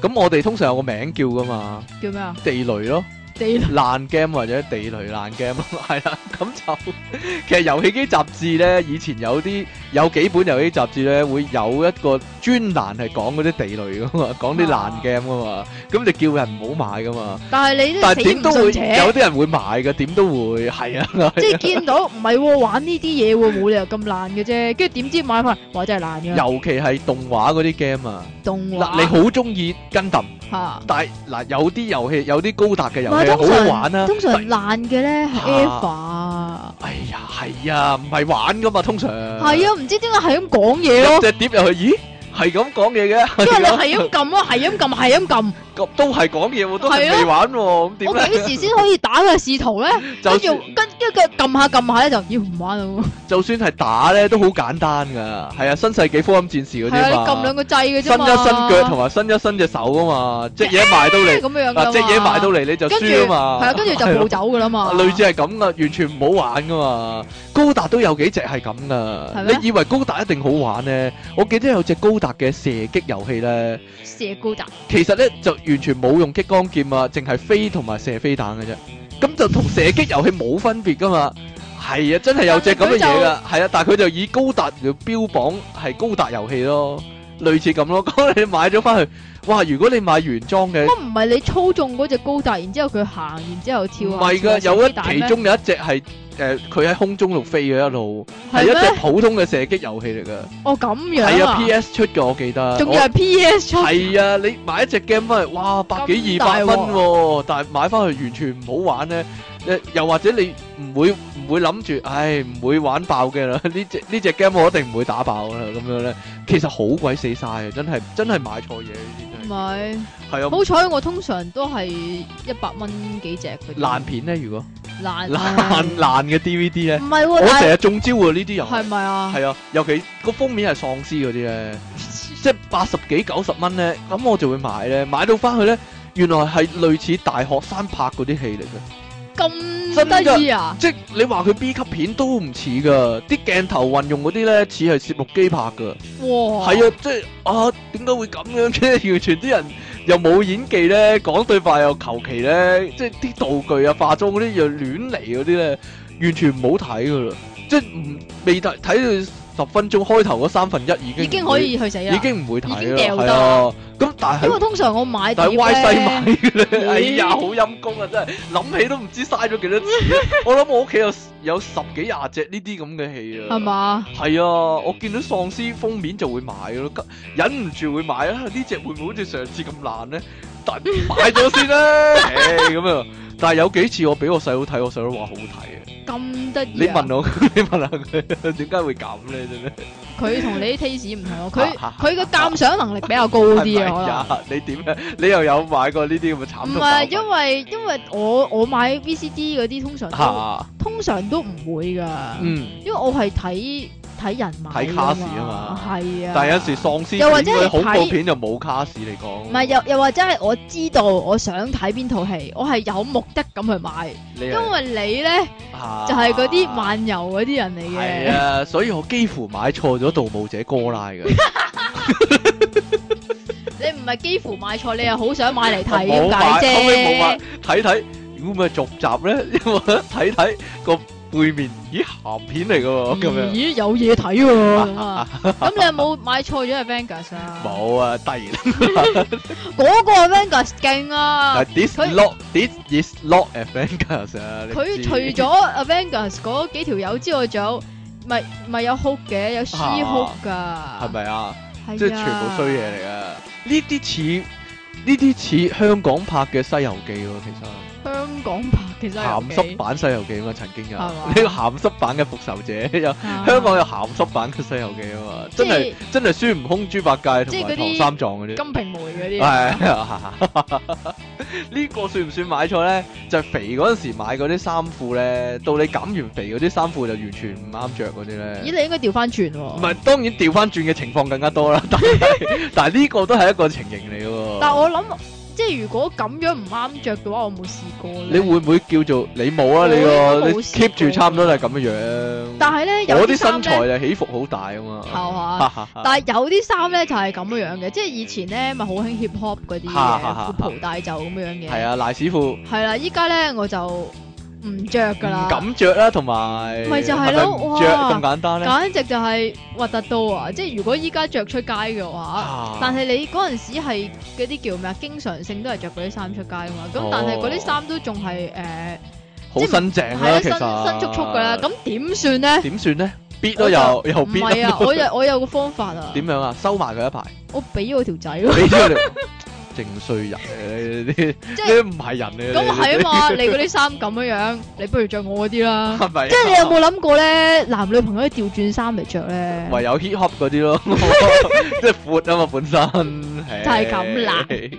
B: 咁我哋通常有個名叫噶嘛，
A: 叫咩啊？
B: 地雷咯，
A: 地雷
B: 爛 game 或者地雷爛 game 咯，係啦，咁就 其實遊戲機雜誌咧，以前有啲有幾本遊戲雜誌咧，會有一個專欄係講嗰啲地雷噶嘛， 講啲爛 game 噶嘛，咁你叫人唔好買噶嘛，
A: 但係你都
B: 但
A: 死
B: 係
A: 唔
B: 點都會
A: 信
B: 有
A: 邪，
B: 啲人會買嘅，點都會 係啊，
A: 即係見到唔係喎，玩呢啲嘢喎，冇理由咁爛嘅啫。跟住點知買翻，哇真係爛嘅，
B: 尤其係動畫嗰啲 game 啊，
A: 動畫
B: 嗱你好中意 Gundam，
A: 嚇，
B: 但係嗱有啲遊戲有啲高達嘅
A: 唔係
B: 遊戲
A: 通常
B: 好好玩啊，
A: 通常爛嘅咧係
B: 嚇
A: Eva 啊
B: 哎呀係啊，唔係玩噶嘛通常
A: 係啊，唔知點解係咁講嘢
B: 入
A: 咯，
B: 隻碟入去，咦係咁講嘢嘅，
A: 因為
B: 係
A: 你
B: 咯
A: 係咁撳咯，係咁撳，係咁撳，
B: 咁都係講嘢喎，都係
A: 係啊
B: 未玩喎，咁點
A: 我
B: 咧？
A: 幾時先可以打嘅試圖咧？
B: 就
A: 跟住
B: 算
A: 跟跟住撳下撳下咧就，咦唔玩啦喎，
B: 就算係打咧，都好簡單噶，係啊，新世紀福音戰士嗰
A: 係啊，你
B: 啲啊
A: 撳兩
B: 嘛，
A: 個掣嘅啫
B: 伸
A: 嘛，
B: 一伸腳同埋伸一伸隻手啊嘛，隻嘢埋到嚟，
A: 咁樣㗎嘛
B: 嗱隻嘢埋到嚟你就
A: 跟住
B: 輸啊嘛，
A: 係啊，跟住就
B: 係咯
A: 冇走㗎啦嘛，
B: 類似係咁噶，完全唔好玩噶嘛。高達都有幾隻係咁噶
A: 係，咩
B: 你以為高達一定好玩咧？我記得有隻高達嘅射擊遊戲咧。
A: 射高達。
B: 其實咧就完全冇用激光劍啊，淨係飛同埋射飛彈嘅啫。咁就同射擊遊戲冇分別噶嘛。係啊，真係有隻咁嘅嘢噶。係啊，但係佢就以高達嚟標榜係高達遊戲咯。類似咁咯。 咁你買咗翻去，哇！如果你買原裝嘅，
A: 乜唔係你操縱嗰只高達，然之後佢行，然之後跳
B: 唔
A: 下
B: 係
A: 跳
B: 噶，
A: 下
B: 有一
A: 射擊
B: 其
A: 彈
B: 中有一隻係誒，佢喺空中度飛嘅一路，
A: 咩
B: 係一
A: 係咩？
B: 隻普通嘅射擊遊戲嚟噶。
A: 哦咁樣
B: 係啊
A: 啊，
B: ，PS 出嘅我記得。
A: 仲
B: 啊我
A: 要係 PS 出，
B: 係啊，你買一隻 game 翻嚟，哇，百幾
A: 咁
B: 二
A: 大
B: 百
A: 鑊
B: 蚊喎，但係買翻去完全唔好玩咧。誒，又或者你唔會唔會諗住，唉，唔會玩爆嘅啦。 呢只呢只 game 我一定唔會打爆啦，咁樣咧，其實好鬼死晒啊！真係真係買錯嘢
A: 唔係。
B: 呢啲真係。係啊，
A: 好彩我通常都係一百蚊幾隻嗰啲
B: 爛片咧，如果
A: 爛啊
B: 爛爛嘅 DVD 咧，
A: 唔係
B: 我
A: 喎，
B: 成
A: 但
B: 日中招喎呢啲遊戲
A: 係。咪啊？
B: 係啊，尤其個封面係喪屍嗰啲咧，即係八十幾九十蚊咧，咁我就會買咧，買到翻去咧，原來係類似大學生拍嗰啲戲嚟嘅，
A: 咁得意啊！
B: 即係你話佢 B 級片都唔似噶，啲鏡頭運用嗰啲咧似係攝錄機拍噶，
A: 哇，
B: 係啊，即係啊點解會咁樣嘅？完全啲人又冇演技咧，講對白又求其咧，即係啲道具啊、化妝嗰啲又亂嚟嗰啲咧，完全唔好睇噶啦，即係唔未睇睇到十分鐘開頭嗰三分一已經
A: 已經
B: 唔
A: 可
B: 會
A: 以去死啦！
B: 已經唔會睇
A: 已經掉
B: 啦，係
A: 得
B: 啊。咁但
A: 因為
B: 係
A: 通常我買碟
B: 但係歪西買
A: 咧，
B: 嘅咧，哎
A: 咦
B: 呀好陰公啊！真係諗起都唔知嘥咗幾多錢。啊 我諗我屋企有有十幾廿隻呢啲咁嘅戲啊。
A: 係？嘛？
B: 係啊，我見到喪屍封面就會買咯，急忍唔住會買啊！呢只會唔會好似上次咁爛咧？但 買咗先啦，唉咁啊！但係有幾次我俾我細佬睇，我細佬話好睇啊！
A: 咁得
B: 你
A: 意啊！
B: 問我， 你問下佢 點解會咁咧？真係
A: 佢同你啲 taste 唔同啊，佢佢嘅鑑賞能力比較高啲
B: 係咪哎
A: 啊，
B: 呀？你點咧？你又有買過呢啲咁嘅
A: 可能
B: 慘痛
A: 唔
B: 教訓
A: 係因為因為我我買 VCD 嗰啲通常都
B: 嚇，
A: 通常都唔會噶，
B: 嗯，
A: 因為我係睇睇人買
B: 睇
A: 㗎
B: 卡士啊嘛
A: 係啊，
B: 但係有時喪屍
A: 又或者係
B: 片嗰啲恐怖
A: 睇
B: 片就冇卡士嚟講，
A: 唔係又又或者係我知道我想睇邊套戲，我係有目的咁去買，
B: 你係
A: 因為你咧
B: 啊
A: 就係嗰啲漫遊嗰啲人嚟
B: 係
A: 嘅，
B: 啊，所以我幾乎買錯咗《盜墓者哥拉》嘅，
A: 你唔係幾乎買錯，你係好想買嚟睇
B: 我冇
A: 咁
B: 買，後尾冇
A: 解
B: 買
A: 啫。，
B: 睇睇會唔會係續集咧？因為 睇睇個背面，咦鹹片嚟嘅喎，咁樣
A: 咦，有嘢睇喎咁啊！咁你有冇買錯咗 Avengers 啊？，
B: 冇啊，突然
A: 嗰個 Avengers 勁啊！
B: ，this
A: 佢
B: not this is not Avengers 啊，你
A: 佢
B: 知
A: 除咗 Avengers 嗰幾條友之外，仲有咪咪有 Hulk 嘅，有 She-Hulk 噶，
B: 係咪啊？
A: 係啊？
B: 即係全部衰嘢嚟啊！呢啲似呢啲似香港拍嘅《西遊記》喎，其
A: 香港拍其
B: 實
A: 實
B: 鹹濕版《西遊記》啊嘛，曾經有
A: 係
B: 呢
A: 嘛
B: 個鹹濕版嘅《復仇者》，有
A: 啊
B: 香港有鹹濕版嘅《西遊記》啊嘛，真係真係孫悟空、豬八戒同
A: 即係
B: 埋
A: 嗰
B: 唐
A: 啲
B: 三藏嗰啲。
A: 金瓶梅嗰 啲啊，
B: 係啊呢個算唔算買錯咧？就係肥嗰陣時買嗰啲衫褲咧，到你減完肥嗰啲衫褲就完全唔啱着嗰啲咧。
A: 咦你應該調翻轉
B: 唔
A: 喎。
B: 係，當然調翻轉嘅情況更加多啦。 但係但係呢個都係一個情形嚟嘅喎。
A: 但我諗，即係如果咁樣唔啱着嘅話，我冇試過咧。
B: 你會唔會叫做你冇啊？
A: 我
B: 你個
A: 應該冇
B: 你
A: 試過
B: keep 住差唔多都係咁嘅
A: 但
B: 樣。
A: 係咧，有
B: 我
A: 啲
B: 啲身
A: 衫
B: 材
A: 咧，
B: 就起伏好大 啊嘛。
A: 係 嘛？
B: 哈哈
A: 但係有啲衫咧就係咁樣樣嘅，即係以前咧咪好興 hip hop 嗰啲
B: 嚇
A: 嘅
B: 嚇嚇
A: 褲袍帶袖咁樣嘅。
B: 係，啊，賴屎褲唔
A: 係啦，依家咧我就唔着㗎啦，
B: 敢着啦，同埋
A: 咪就係
B: 係
A: 咯
B: 咪唔着
A: 哇
B: 咁簡單咧。
A: 簡直就係核突到啊！即係如果依家着出街嘅話。
B: 啊
A: 但係你嗰陣時係嗰啲叫咩啊？經常性都係着嗰啲衫出街啊嘛。
B: 哦
A: 咁但係嗰啲衫都仲係誒
B: 好新
A: 係
B: 淨
A: 啊
B: 啦，
A: 啦，
B: 啊其
A: 新
B: 實
A: 新速速噶啦。咁點算咧？
B: 點算咧？必咯，
A: 我就
B: 又又
A: 唔
B: 必
A: 係啊！
B: 咯。
A: 我有我有個方法啊。
B: 點樣啊？收埋佢 一排，
A: 我俾我條仔 咯，
B: 俾咗你正衰人嚟，你啲
A: 即係
B: 啲唔係人嚟。
A: 咁
B: 你
A: 係啊嘛！你嗰啲衫咁樣樣，你不如着我嗰啲啦。
B: 係咪啊？
A: 即係你有冇諗過咧？男女朋友調轉衫嚟着咧？
B: 唯有 hip hop 嗰 啲咯， 即係闊啊嘛本身，
A: 就係咁啦
B: 唉。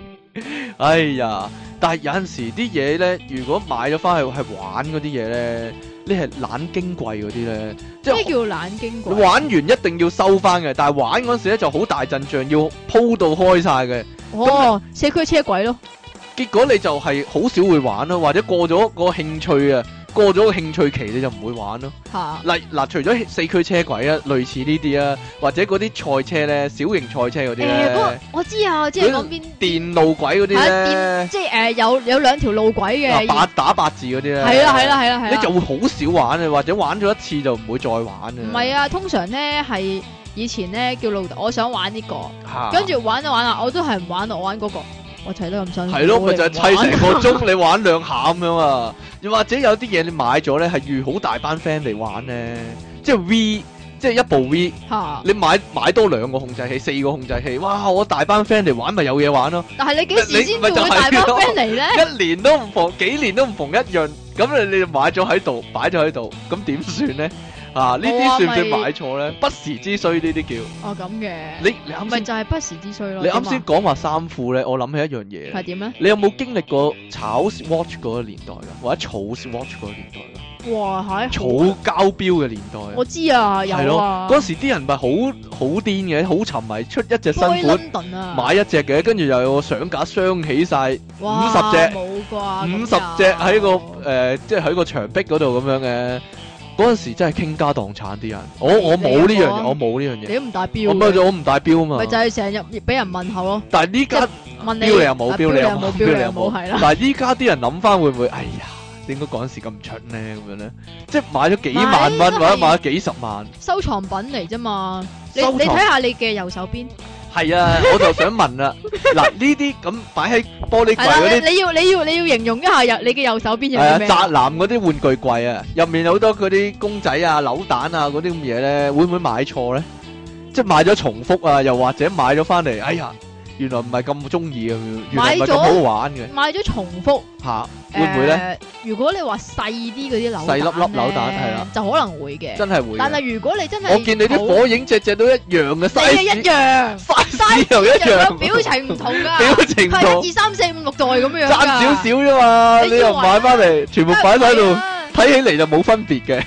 B: 哎呀，但係有陣時啲嘢咧，如果買咗翻去係玩嗰啲嘢咧，你係懶矜貴嗰啲咧，即
A: 咩
B: 係
A: 叫懶經鬼？
B: 玩完一定要收翻嘅，但係玩嗰陣時咧就好大陣仗，要鋪到開晒嘅。
A: 哦，社區車軌咯，
B: 結果你就係好少會玩咯，或者過咗個興趣啊，過咗個興趣期你就唔會玩咯。
A: 嚇
B: 嗱嗱，除咗四驅車軌啊，類似呢啲啊，或者嗰啲賽車咧，小型賽車嗰
A: 誒
B: 啲
A: 嗰個
B: 咧，
A: 我知啊，即係講邊
B: 電路軌嗰
A: 係
B: 啲
A: 啊
B: 咧，
A: 即係誒有有兩條路軌嘅
B: 嗱，八打八字嗰啲咧，
A: 係啦係啦，係啦係啦。
B: 你就會好少玩啊，或者玩咗一次就唔會再玩啊。
A: 唔係啊，通常咧係以前咧叫老豆，我想玩呢、個，
B: 嚇
A: 跟住玩啊玩啊，我都係唔玩，我玩嗰、個，我砌得咁辛苦，
B: 係咯，咪
A: 你
B: 就係
A: 唔
B: 砌
A: 玩
B: 成個鐘，你玩兩下咁 樣啊！又或者有啲嘢你買咗咧，係預好大班 friend 嚟玩咧，即係 V，即係一部 V，
A: 嚇。
B: 你買買多兩個控制器，四個控制器，哇！我大班 friend 嚟玩咪有嘢玩咯，
A: 但係你幾時先
B: 你咪
A: 至
B: 就
A: 會大
B: 係
A: 班
B: 咯
A: friend 嚟咧？
B: 一年都唔逢，幾年都唔逢一樣，咁你你買咗喺度，擺咗喺度，咁點算咧？啊！呢
A: 冇啊
B: 啲算唔
A: 咪
B: 算買錯咧？不時之需呢啲叫
A: 哦咁嘅，
B: 你你啱
A: 咪
B: 先
A: 就係不時之需咯。
B: 你啱先
A: 點
B: 講話衫褲咧，我諗起一樣嘢
A: 啊係點咧？
B: 你有冇經歷過炒 watch 嗰個年代噶，或者儲 watch 嗰個年代噶，
A: 哇，係
B: 儲膠錶嘅年代啊？
A: 我知啊，
B: 係
A: 有
B: 咯
A: 啊，
B: 嗰時啲人咪好好癲嘅，好沉迷出一隻新
A: Boy
B: 款，
A: London 啊，
B: 買一隻嘅，跟住又有個相架雙起晒
A: 哇
B: 50隻
A: 冇啩，
B: 五十隻喺個誒、呃即係喺個牆壁嗰度咁樣嘅。嗰陣時真係傾家蕩產啲人，我我冇呢樣嘢，我冇呢樣
A: 你
B: 嘢，
A: 都唔戴
B: 我
A: 表
B: 咪
A: 嘅，
B: 我唔戴錶啊嘛
A: 咪。就係成日俾人問候咯，
B: 但係呢家
A: 問
B: 標你又冇，
A: 啊
B: 標你又冇，
A: Ờ, 冇，
B: 標
A: 標
B: 你
A: 你
B: 又
A: 又
B: 冇，
A: 冇，係啦。
B: 但係依家啲人諗翻會唔會？哎呀，點解嗰陣時咁蠢咧？咁樣咧，即係買咗幾萬
A: 買
B: 蚊
A: 都係
B: 或者買咗幾十萬，
A: 收藏品嚟啫嘛。你
B: 收
A: 你
B: 藏
A: 睇下你嘅右手邊，
B: 係啊！我就想問啦，嗱呢啲咁擺喺玻璃櫃
A: 係啦，
B: 嗰啲
A: 你。你要你要你要形容一下右你嘅右手邊有
B: 係啊，
A: 啲咩？
B: 宅男嗰啲玩具櫃啊，入面有好多嗰啲公仔啊、扭蛋啊嗰啲咁嘢咧，會唔會買錯咧？即係買咗重複啊，又或者買咗翻嚟，哎呀，原來唔係咁中意啊，原來唔
A: 買
B: 係咁
A: 咗
B: 好玩嘅
A: 買咗重複，
B: 吓，會唔會咧？
A: 誒？如果你話細啲嗰啲扭
B: 細粒粒扭蛋係
A: 係
B: 啦，
A: 就可能會嘅。
B: 真係會嘅。
A: 但係如果你真係
B: 我見你啲火影隻隻都一樣嘅
A: 好，你係
B: size，
A: 一樣，
B: size 又一
A: 樣
B: 樣，
A: 個表情唔同㗎，
B: 表情
A: 佢
B: 度
A: 係一二三四五六代咁樣㗎，
B: 爭少少啫嘛，
A: 你以
B: 你
A: 為
B: 又買翻嚟，全部擺喺
A: 係
B: 度，
A: 啊。
B: 睇起嚟就冇分 別嘅。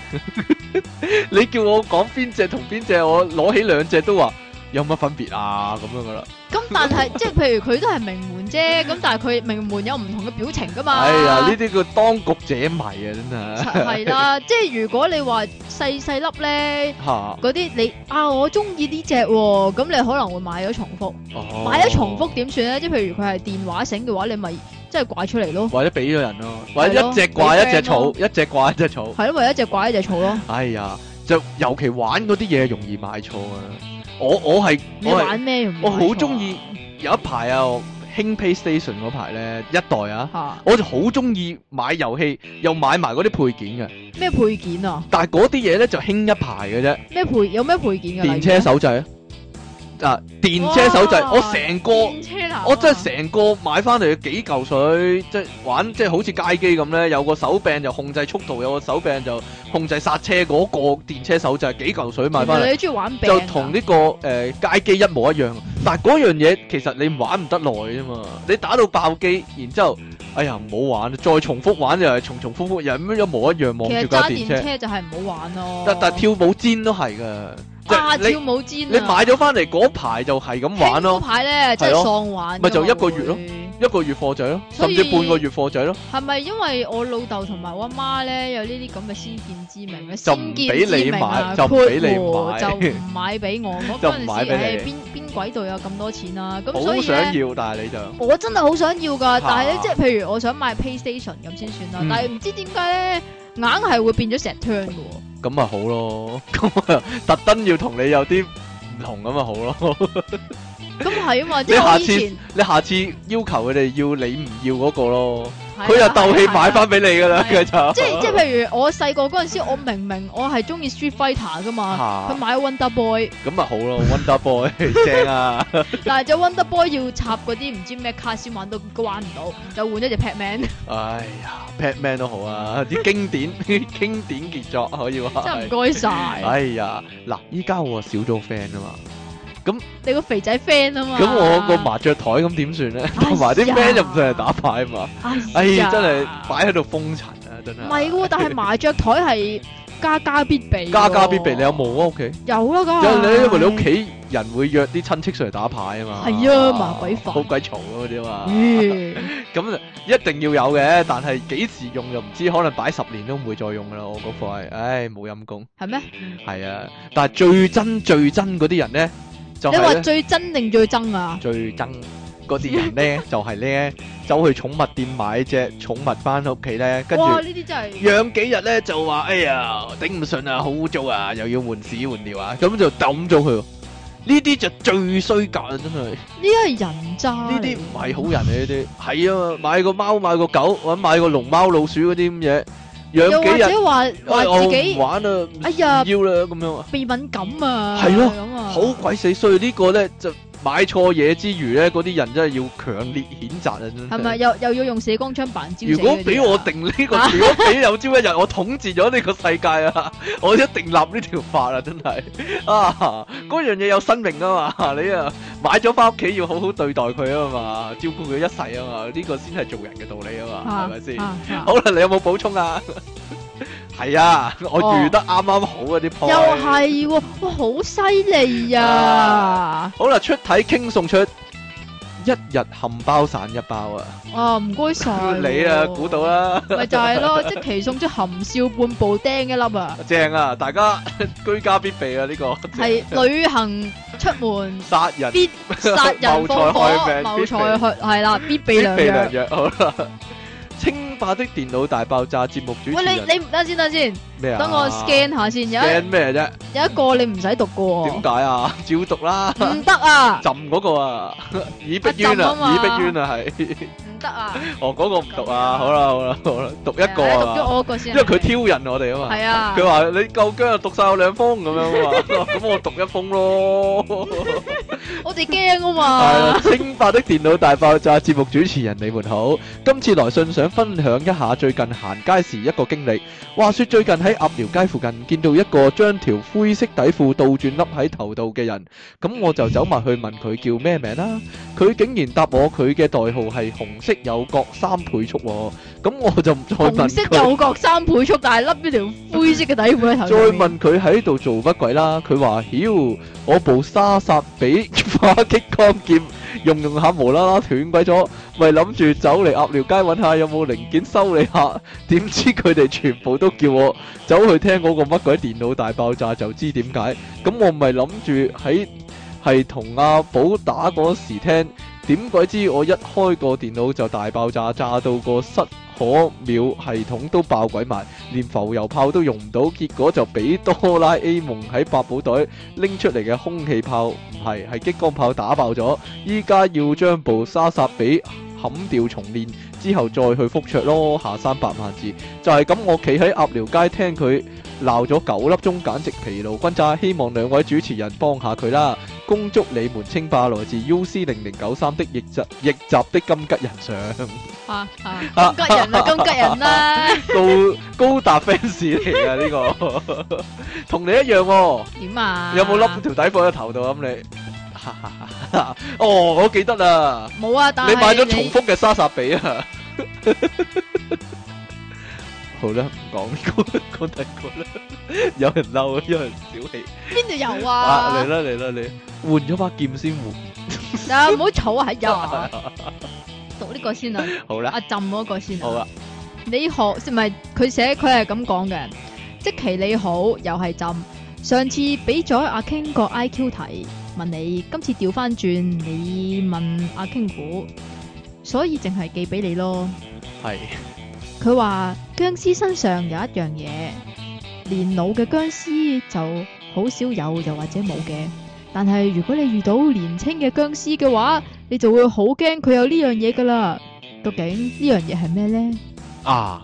B: 你叫我講邊只同邊只，我攞起兩隻都話有乜分別啊咁樣噶啦。
A: 咁但係 即係譬如佢都係名門啫，咁但係佢名門有唔同嘅表情噶嘛。
B: 哎呀，呢啲叫當局者迷啊，真 係
A: 係啦，即係如果你話細細粒咧。
B: 吓。
A: 嗰啲你啊，我中意呢只喎，咁你可能會買咗重複，
B: 哦
A: 買咗重複點算咧？即係譬如佢係電話繩嘅話，你咪即係掛出嚟咯，
B: 或者俾咗人咯，或者一隻
A: 係咯
B: 掛一
A: 俾
B: 隻
A: friend
B: 草，
A: 咯
B: 一隻掛一隻草。
A: 係咯，咪一隻掛一隻草咯。
B: 哎呀，就尤其玩嗰啲嘢容易買錯啊！我我係
A: 你
B: 我係。
A: 玩咩？
B: 我好中意有一排啊，我興 PlayStation 嗰排咧一代啊，
A: 嚇
B: 我就好中意買遊戲，又買埋嗰啲配件嘅。
A: 咩配件啊？
B: 但係嗰啲嘢咧就興一排嘅啫，
A: 咩配有咩配件㗎？
B: 電車手掣啊，啊電車手掣，
A: 哇
B: 我成個
A: 例如呢電車男啊
B: 我真係成個買翻嚟幾嚿水，即係玩即係好似街機咁咧，有個手柄就控制速度，有個手柄就控制剎車嗰個電車手掣幾嚿水買翻嚟。
A: 原來你中意玩啊餅
B: 就
A: 㗎
B: 同呢、個誒、呃街機一模一樣，但係嗰樣嘢其實你玩唔得耐啫嘛，你打到爆機，然之後，哎呀唔好玩，再重複玩又係重重複複，又咁一模一樣望
A: 其實
B: 住架
A: 揸
B: 電
A: 電
B: 車，
A: 車就係唔好玩咯。
B: 但但跳舞氈都係噶，即
A: 啊，
B: 係
A: À, 跳
B: 你
A: 舞毡啊
B: 你買咗翻嚟嗰排就係咁玩
A: 興嗰
B: 咯，
A: 排咧真係
B: 係咯
A: 喪玩㗎嘛，
B: 咪就一個月咯
A: 會。
B: 一個月貨仔咯，
A: 所
B: 甚
A: 以
B: 至半個月貨仔咯，
A: 係咪因為我老豆同埋我媽咧有呢啲咁嘅先見之明咧？
B: 就唔
A: 先見
B: 俾你
A: 之明啊
B: 買就唔俾你
A: 括
B: 買
A: 弧就唔買俾我。我
B: 就
A: 嗰
B: 唔
A: 陣
B: 買
A: 時
B: 俾
A: 唉
B: 你
A: 邊邊鬼度有咁多錢啊？咁所
B: 好
A: 以
B: 想
A: 咧。
B: 要，但係你就
A: 我真係好想要㗎，但係咧
B: 嚇，
A: 即係譬如我想買 PlayStation 咁先算啦，
B: 嗯
A: 但係唔知點解咧，硬係會變咗石 turn 嘅喎。
B: 咁咪好咯， 咁啊特登要同你有啲唔同咁咪好咯。
A: 咁係啊嘛，即
B: 你
A: 係
B: 下
A: 我以
B: 次
A: 前
B: 你下次要求佢哋要你唔要嗰個咯，
A: 係
B: 佢就
A: 啊
B: 鬥
A: 係
B: 氣
A: 啊
B: 買翻俾你噶啦，佢就
A: 即係即係，譬如我細個嗰陣時，我明明我係中意 Street Fighter 噶嘛，佢
B: 嚇
A: 買 Wonder Boy，
B: 咁咪好咯，Wonder Boy à. 正啊，
A: 但係只 Wonder Boy 要插嗰啲唔知咩卡先玩到，佢玩唔到，就換咗隻 Pac-Man，
B: 哎呀，Batman à. 都好啊，啲經 典經典傑作可以話
A: 真係唔
B: 係，
A: 該晒。
B: 哎呀，嗱，依家我少咗 friend 啊嘛，
A: 你個肥仔 friend 啊嘛，
B: 咁我個麻雀台咁點算咧？ 同埋啲 friend 又唔上嚟打牌啊嘛，哎，
A: 呀
B: 真係擺喺度封塵啊，真係，
A: 唔係喎，但係麻雀台係家家必 備喎，
B: 家家必備，你有冇啊屋企？
A: 有啦，梗
B: 因
A: 係
B: 為你因為你屋企人會約啲親戚上嚟打牌啊嘛，
A: 係啊麻鬼煩
B: 好鬼嘈啊嗰啲嘛，
A: 咦
B: 咁一定要有嘅，但係幾時用就唔知，可能擺十年都唔會再用噶啦，我嗰塊，唉冇陰功，
A: 係咩？
B: 係啊，但係最真最真嗰啲人咧，就
A: 你
B: 係
A: 話
B: 呢
A: 最真定最憎啊？
B: 最憎嗰 啲人咧，就係咧走去寵物店買只寵物翻屋企咧，跟住
A: 哇！。呢啲真係
B: 養幾日咧就話，哎呀，頂唔順啊，好污糟啊，又要換屎換尿啊，咁就抌咗佢喎。呢啲就最衰格啦，真係。
A: 呢啲係人渣
B: 呢
A: 嚟，
B: 啲唔係好人嚟，呢啲係啊，買個貓買個狗，或者買個龍貓老鼠嗰啲咁嘢，
A: 又
B: 養
A: 或
B: 幾日，
A: 者話
B: 哎
A: 話
B: 我
A: 自
B: 唔
A: 己
B: 玩啦，唔
A: 哎呀
B: 要啦咁樣啊，
A: 鼻敏感啊，
B: 係咯
A: 咁啊，
B: 好鬼死衰！呢個咧就買錯嘢之餘咧，嗰啲人真係要強烈譴責啊！真
A: 係咪
B: 係。
A: 又又要用射光槍扮招？
B: 如果俾我，定呢個， 如果俾有朝一日我統治咗呢個世界啊， 我一定立呢條法啊！真係啊，嗰樣嘢有生命啊嘛， 你啊買咗翻屋企要好好對待佢啊嘛，照顧佢一世啊嘛，呢個先係做人嘅道理啊嘛，係咪先？
A: 啊？啊
B: 好啦，你有冇補充啊？ 係啊，我
A: 哦啊
B: 預得啱啱好嗰啲 point。
A: 又係喎，哇，好犀利啊！
B: 好啦，出體傾送出一日冚包散一包啊！
A: 啊，唔該晒
B: 你啊，估到
A: 啦，
B: 啦，
A: 咪就係咯， 即期送出含笑半步釘一 粒啊，
B: 正啊！大家 居家必備啊，呢、個
A: 係旅行出 門
B: 殺人
A: 必殺人放火，
B: 謀財害命
A: 謀財害係啦，必
B: 必
A: 備良
B: 備
A: 藥
B: 良。藥。好啦，清霸的電腦大爆炸節目主持
A: 喂，你
B: 人
A: 你唔等先等先，
B: 咩啊？
A: 等我 scan 下先，有一
B: scan 咩啫？
A: 有一個你唔使讀噶
B: 點，解啊？照 讀啦，
A: 唔得啊，
B: 朕嗰個啊，以逼冤
A: 浸啊
B: 啊，
A: 嘛
B: 以逼冤啊，係。
A: 唔得啊，
B: 哦，嗰個唔讀啊，好啦好啦好啦，讀一個
A: 係啊讀咗
B: 啊，
A: 我嗰個先
B: 因
A: 啊，
B: 為佢挑釁我哋啊嘛
A: 係，啊，
B: 佢話你夠姜就讀晒我兩封咁 樣啊嘛，咁我讀一封咯。
A: 我哋驚啊
B: 係
A: 嘛
B: 啊，，清白的電腦大爆炸節目主持人你們好，今次來信想分享一下最近行街時一個經歷。話說最近喺鴨寮街附近見到一個將條灰色底褲倒轉笠喺頭度嘅人，咁我就走埋去問佢叫咩名啦。佢竟然答我佢嘅代號係紅色有角三倍速喎，咁我就唔再問
A: 紅色
B: 佢。
A: 右角三倍速，但係笠咗條灰色嘅底褲喺頭
B: 再
A: 上面。
B: 問佢喺度做乜鬼啦？佢話：曉，我部沙薩 比花激光劍用用下無啦啦斷鬼咗，咪諗住走嚟鴨寮街揾下有冇零件修理下。 點知佢哋全部都叫我走去聽嗰個乜鬼電腦大爆炸，就知點解。咁我咪諗住喺係同阿寶打嗰時聽，點鬼知我一開個電腦就大爆炸，炸到個失可秒系統都爆鬼埋。連浮油炮都用唔到，結果就俾哆啦 A 夢喺百寶袋拎出嚟嘅空氣炮，唔係係激光炮打爆咗。依家要將部沙薩比冚掉重練，之後再去覆桌咯，下三百萬字就係、咁。我企喺鴨寮街聽佢鬧咗九粒鐘，簡直疲勞轟炸。希望兩位主持人幫下佢啦。恭祝你們稱霸來自 U C 零零九三的逆襲逆襲的金吉人上。
A: 啊 啊！咁吉人啦，咁吉人啦，
B: 高高達 fans 嚟噶呢個， 同你一樣喎、
A: 點啊？
B: 有冇笠條底褲喺頭度啊咁你？ 哦，我記得啦，
A: 冇啊，但係
B: 你買咗重複嘅莎莎比啊。 好啦，唔講呢個，講第二個啦。有人嬲，啊有人小氣。
A: 邊度有
B: 啊，
A: 啊
B: 嚟？啦嚟啦你，換咗把劍先換。
A: 啊，唔好嘈啊！ 係啊，讀呢個先啊，
B: 好啦，
A: 阿朕嗰個先
B: 好
A: 啊。
B: 啊，
A: 你好，唔係佢寫佢係咁講嘅，即其你好，又係朕。上次俾咗阿 King 個 IQ 題，問你，今次調翻轉，你問阿 King 估，所以淨係寄俾你咯。
B: 係
A: 佢話僵屍身上有一樣嘢，年老嘅僵屍就好少有，又或者冇嘅。但係如果你遇到年青嘅僵屍嘅話，你就會好驚佢有呢樣嘢噶啦。究竟呢樣嘢係咩呢？
B: 啊，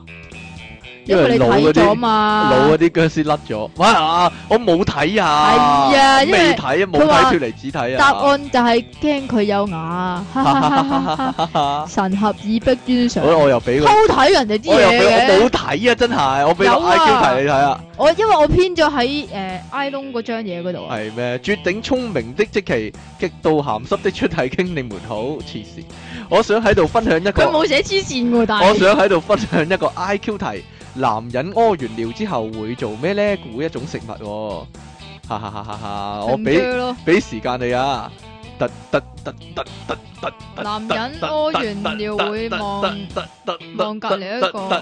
B: 因
A: 因
B: 為
A: 為你
B: 老嗰
A: 睇
B: 啲
A: 咗嘛，
B: 老嗰啲僵屍甩咗。哇啊，我冇睇啊，
A: 係啊因為
B: 未睇啊，冇
A: 佢
B: 睇
A: 話
B: 脱離子睇啊。
A: 答案就係驚佢有 牙， 哈哈哈哈哈哈神合以逼冤上，
B: 好啦，
A: 偷
B: 我又俾個，
A: 睇人哋啲
B: 我又俾
A: 嘢
B: 我
A: 嘅。
B: 冇睇啊，真係，我俾個
A: 有啊
B: IQ 題你睇啊，
A: 我因為我編咗喺誒 i l o n 嗰張嘢嗰度啊，
B: 係咩？絕頂聰明的即奇，極度鹹濕的出題經，你們好，黐線！我想喺度分享一
A: 佢
B: 個，
A: 冇寫黐線喎，但
B: 我
A: 係
B: 想喺度分享一個 IQ 題，男人屙完尿之後會做咩呢？估一種食物喎，哈哈哈哈哈！我
A: 唔
B: 俾
A: 鋸咯。
B: 俾時間你啊，突突突突突突突，
A: 男人屙完尿會望
B: 突突
A: 望隔離一
B: 突
A: 個
B: 突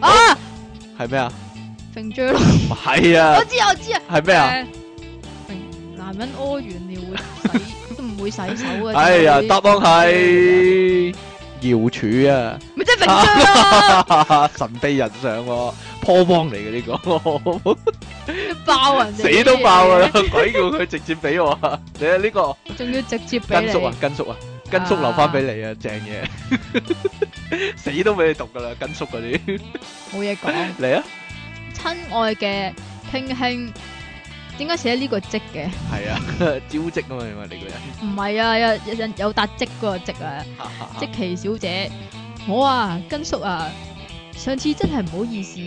A: 啊，
B: 係咩啊？
A: 揈嘴 咯，
B: 唔係啊
A: 我，知我知啊。
B: 係咩啊？
A: 誒？揈男人屙完尿會洗，都唔會洗手嘅。
B: 哎呀，
A: 只
B: 答
A: 會
B: 案係瑤柱啊，啊
A: 咪即係揈嘴咯，
B: 神秘人上喎，破汪嚟嘅呢個，
A: 爆人哋
B: 死都爆啊㗎啦！鬼叫佢直接俾我啊！你啊呢個。
A: 仲要直接俾
B: 跟
A: 你
B: 叔啊，跟叔啊，跟叔留翻俾你啊，正嘢， 死都俾你讀噶啦，跟叔嗰 啲
A: 冇嘢講。
B: 嚟啊，
A: 親愛嘅傾兄，點解寫呢個職嘅？
B: 係啊，招積啊嘛，因為你個人，
A: 唔係啊，有有有有笪職嗰個職啊， 即奇小姐，我啊，根叔啊，上次真係唔好意思，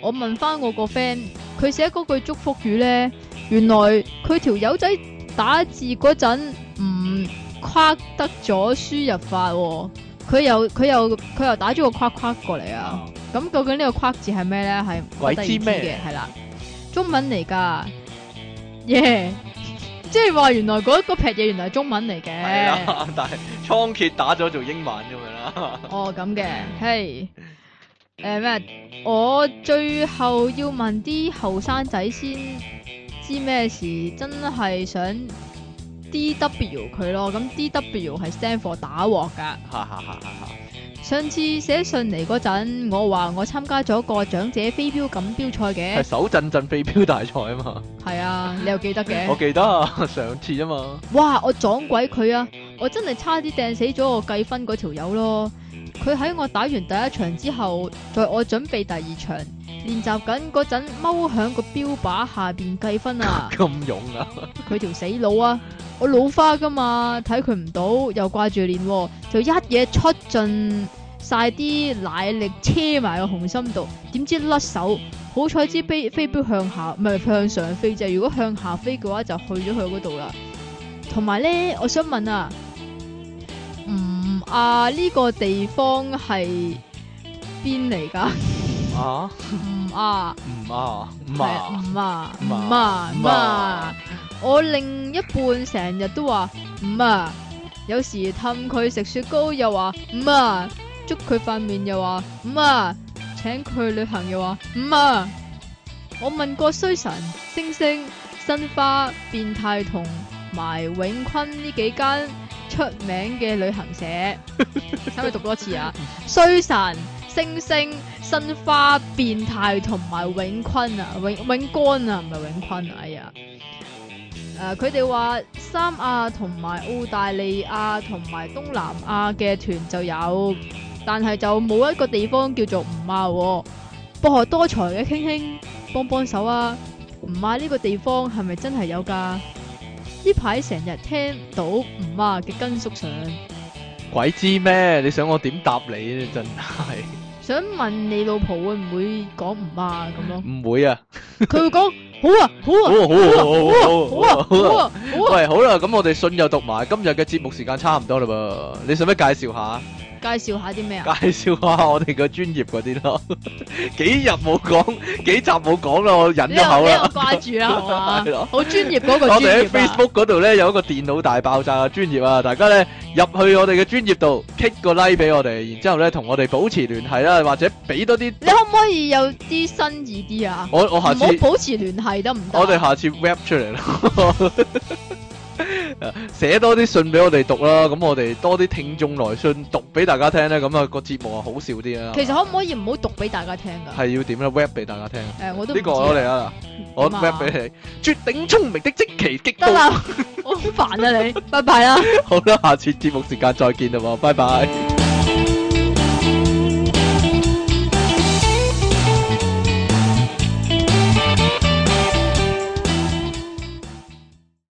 A: 我問翻我個 friend，佢寫嗰句祝福語呢，原來佢條友仔打字嗰陣唔框得咗輸入法、喎，佢又佢又佢又打咗個框框過嚟啊！咁究竟呢個框字係咩咧？係
B: 鬼
A: 我
B: 知
A: 第二
B: 咩
A: 嘅？係啦，中文嚟噶，耶！ 即係話原來嗰嗰撇嘢原來係中文嚟
B: 係
A: 嘅，
B: 啦，但係倉頡打咗做英文咁樣啦，
A: 哦咁嘅，嘿，誒咩？啊我最後要問啲後生仔先知咩事，真係想 D W 佢咯。咁 D W 係 stand for 打鑊㗎。
B: 哈哈哈哈哈，
A: 上次寫信嚟嗰陣，我話我參加咗個長者飛鏢錦標賽
B: 係
A: 嘅，
B: 手震震飛鏢大賽啊嘛，
A: 係啊，你又記得
B: 我
A: 嘅？
B: 記得 啊，上次啊嘛，
A: 哇！我撞鬼佢啊！我真係差啲掟死咗我計分嗰條友咯。佢喺我打完第一場之後，在我準備第二場練習緊嗰陣，踎響個標靶下邊計分啊！
B: 咁勇啊，
A: 佢條死佬啊！我老花噶嘛，睇佢唔到，又掛住練喎，就一嘢出盡晒啲奶力，車埋個紅心度。點知甩手，好彩支飛飛鏢向下，唔係向上飛啫。如果向下飛嘅話，就去咗佢嗰度啦。同埋咧，我想問啊，嗯啊呢、個地方係邊嚟㗎？
B: 啊，
A: 唔啊！
B: 唔啊，唔
A: 係
B: 啊
A: 啊，唔啊唔
B: 唔啊
A: 啊
B: 唔
A: 唔
B: 啊
A: 啊！我另一半成日都話唔啊，有時氹佢食雪糕又話唔啊，捉佢塊面又話唔啊，請佢旅行又話唔啊。我問過衰神、星星、申花、變態同埋永坤呢幾間出名嘅旅行 社，使唔使讀多次啊？衰神、星星、申花、變態同埋永坤啊，永永干啊，唔係永坤啊，哎呀！誒、佢哋話三亞同埋澳大利亞同埋東南亞嘅團就有，但係就冇一個地方叫做唔亞喎。博學多才嘅傾傾，幫幫手啊！唔亞呢個地方係咪真係有㗎？呢排成日聽到唔亞嘅根叔上。
B: 鬼知咩？你想我點答你咧？真係
A: 想問你老婆會唔會講唔啊咁 咯？
B: 唔會啊，
A: 佢會講好啊好
B: 好
A: 啊
B: 啊
A: 好啊好啊好啊！
B: 喂，好啦，咁我哋信又讀埋，今日嘅節目時間差唔多啦噃，你使唔使介紹下？
A: 介紹下啲咩啊？
B: 介紹下我哋嘅專業嗰啲 咯，幾日冇講，幾集冇講啦，我忍
A: 你
B: 咗
A: 又
B: 口
A: 你又
B: 啦。
A: 掛住 啦係嘛
B: 係咯？
A: 好專業嗰個
B: 啊
A: 專
B: 我
A: 業
B: 哋喺
A: 啊！
B: Facebook 嗰度咧有一個電腦大爆炸嘅專業啊，大家咧入去我哋嘅專業度 kick 個 like 俾我哋，然之後咧同我哋保持聯繫啦，或者俾多啲
A: 你可唔可以有啲新意啲啊？
B: 我我
A: 唔好
B: 下次。
A: 保持聯繫得唔得啊？
B: 我哋下次 rap 出 嚟咯，寫多啲信俾我哋讀啦，咁我哋多啲聽眾來信讀俾大家聽咧，咁啊個節目啊好笑啲啦。
A: 其實可唔可以唔好讀俾大家聽㗎？
B: 係要點咧 rap 俾大家聽？
A: 誒，我都
B: 呢
A: 唔
B: 個
A: 知啊
B: 我嚟啊，我
A: 點啊
B: rap 俾你，絕頂聰明的即其激
A: 得
B: 到。
A: 啦，我好煩啊你，拜拜啦。
B: 好啦，下次節目時間再見啦喎，拜拜。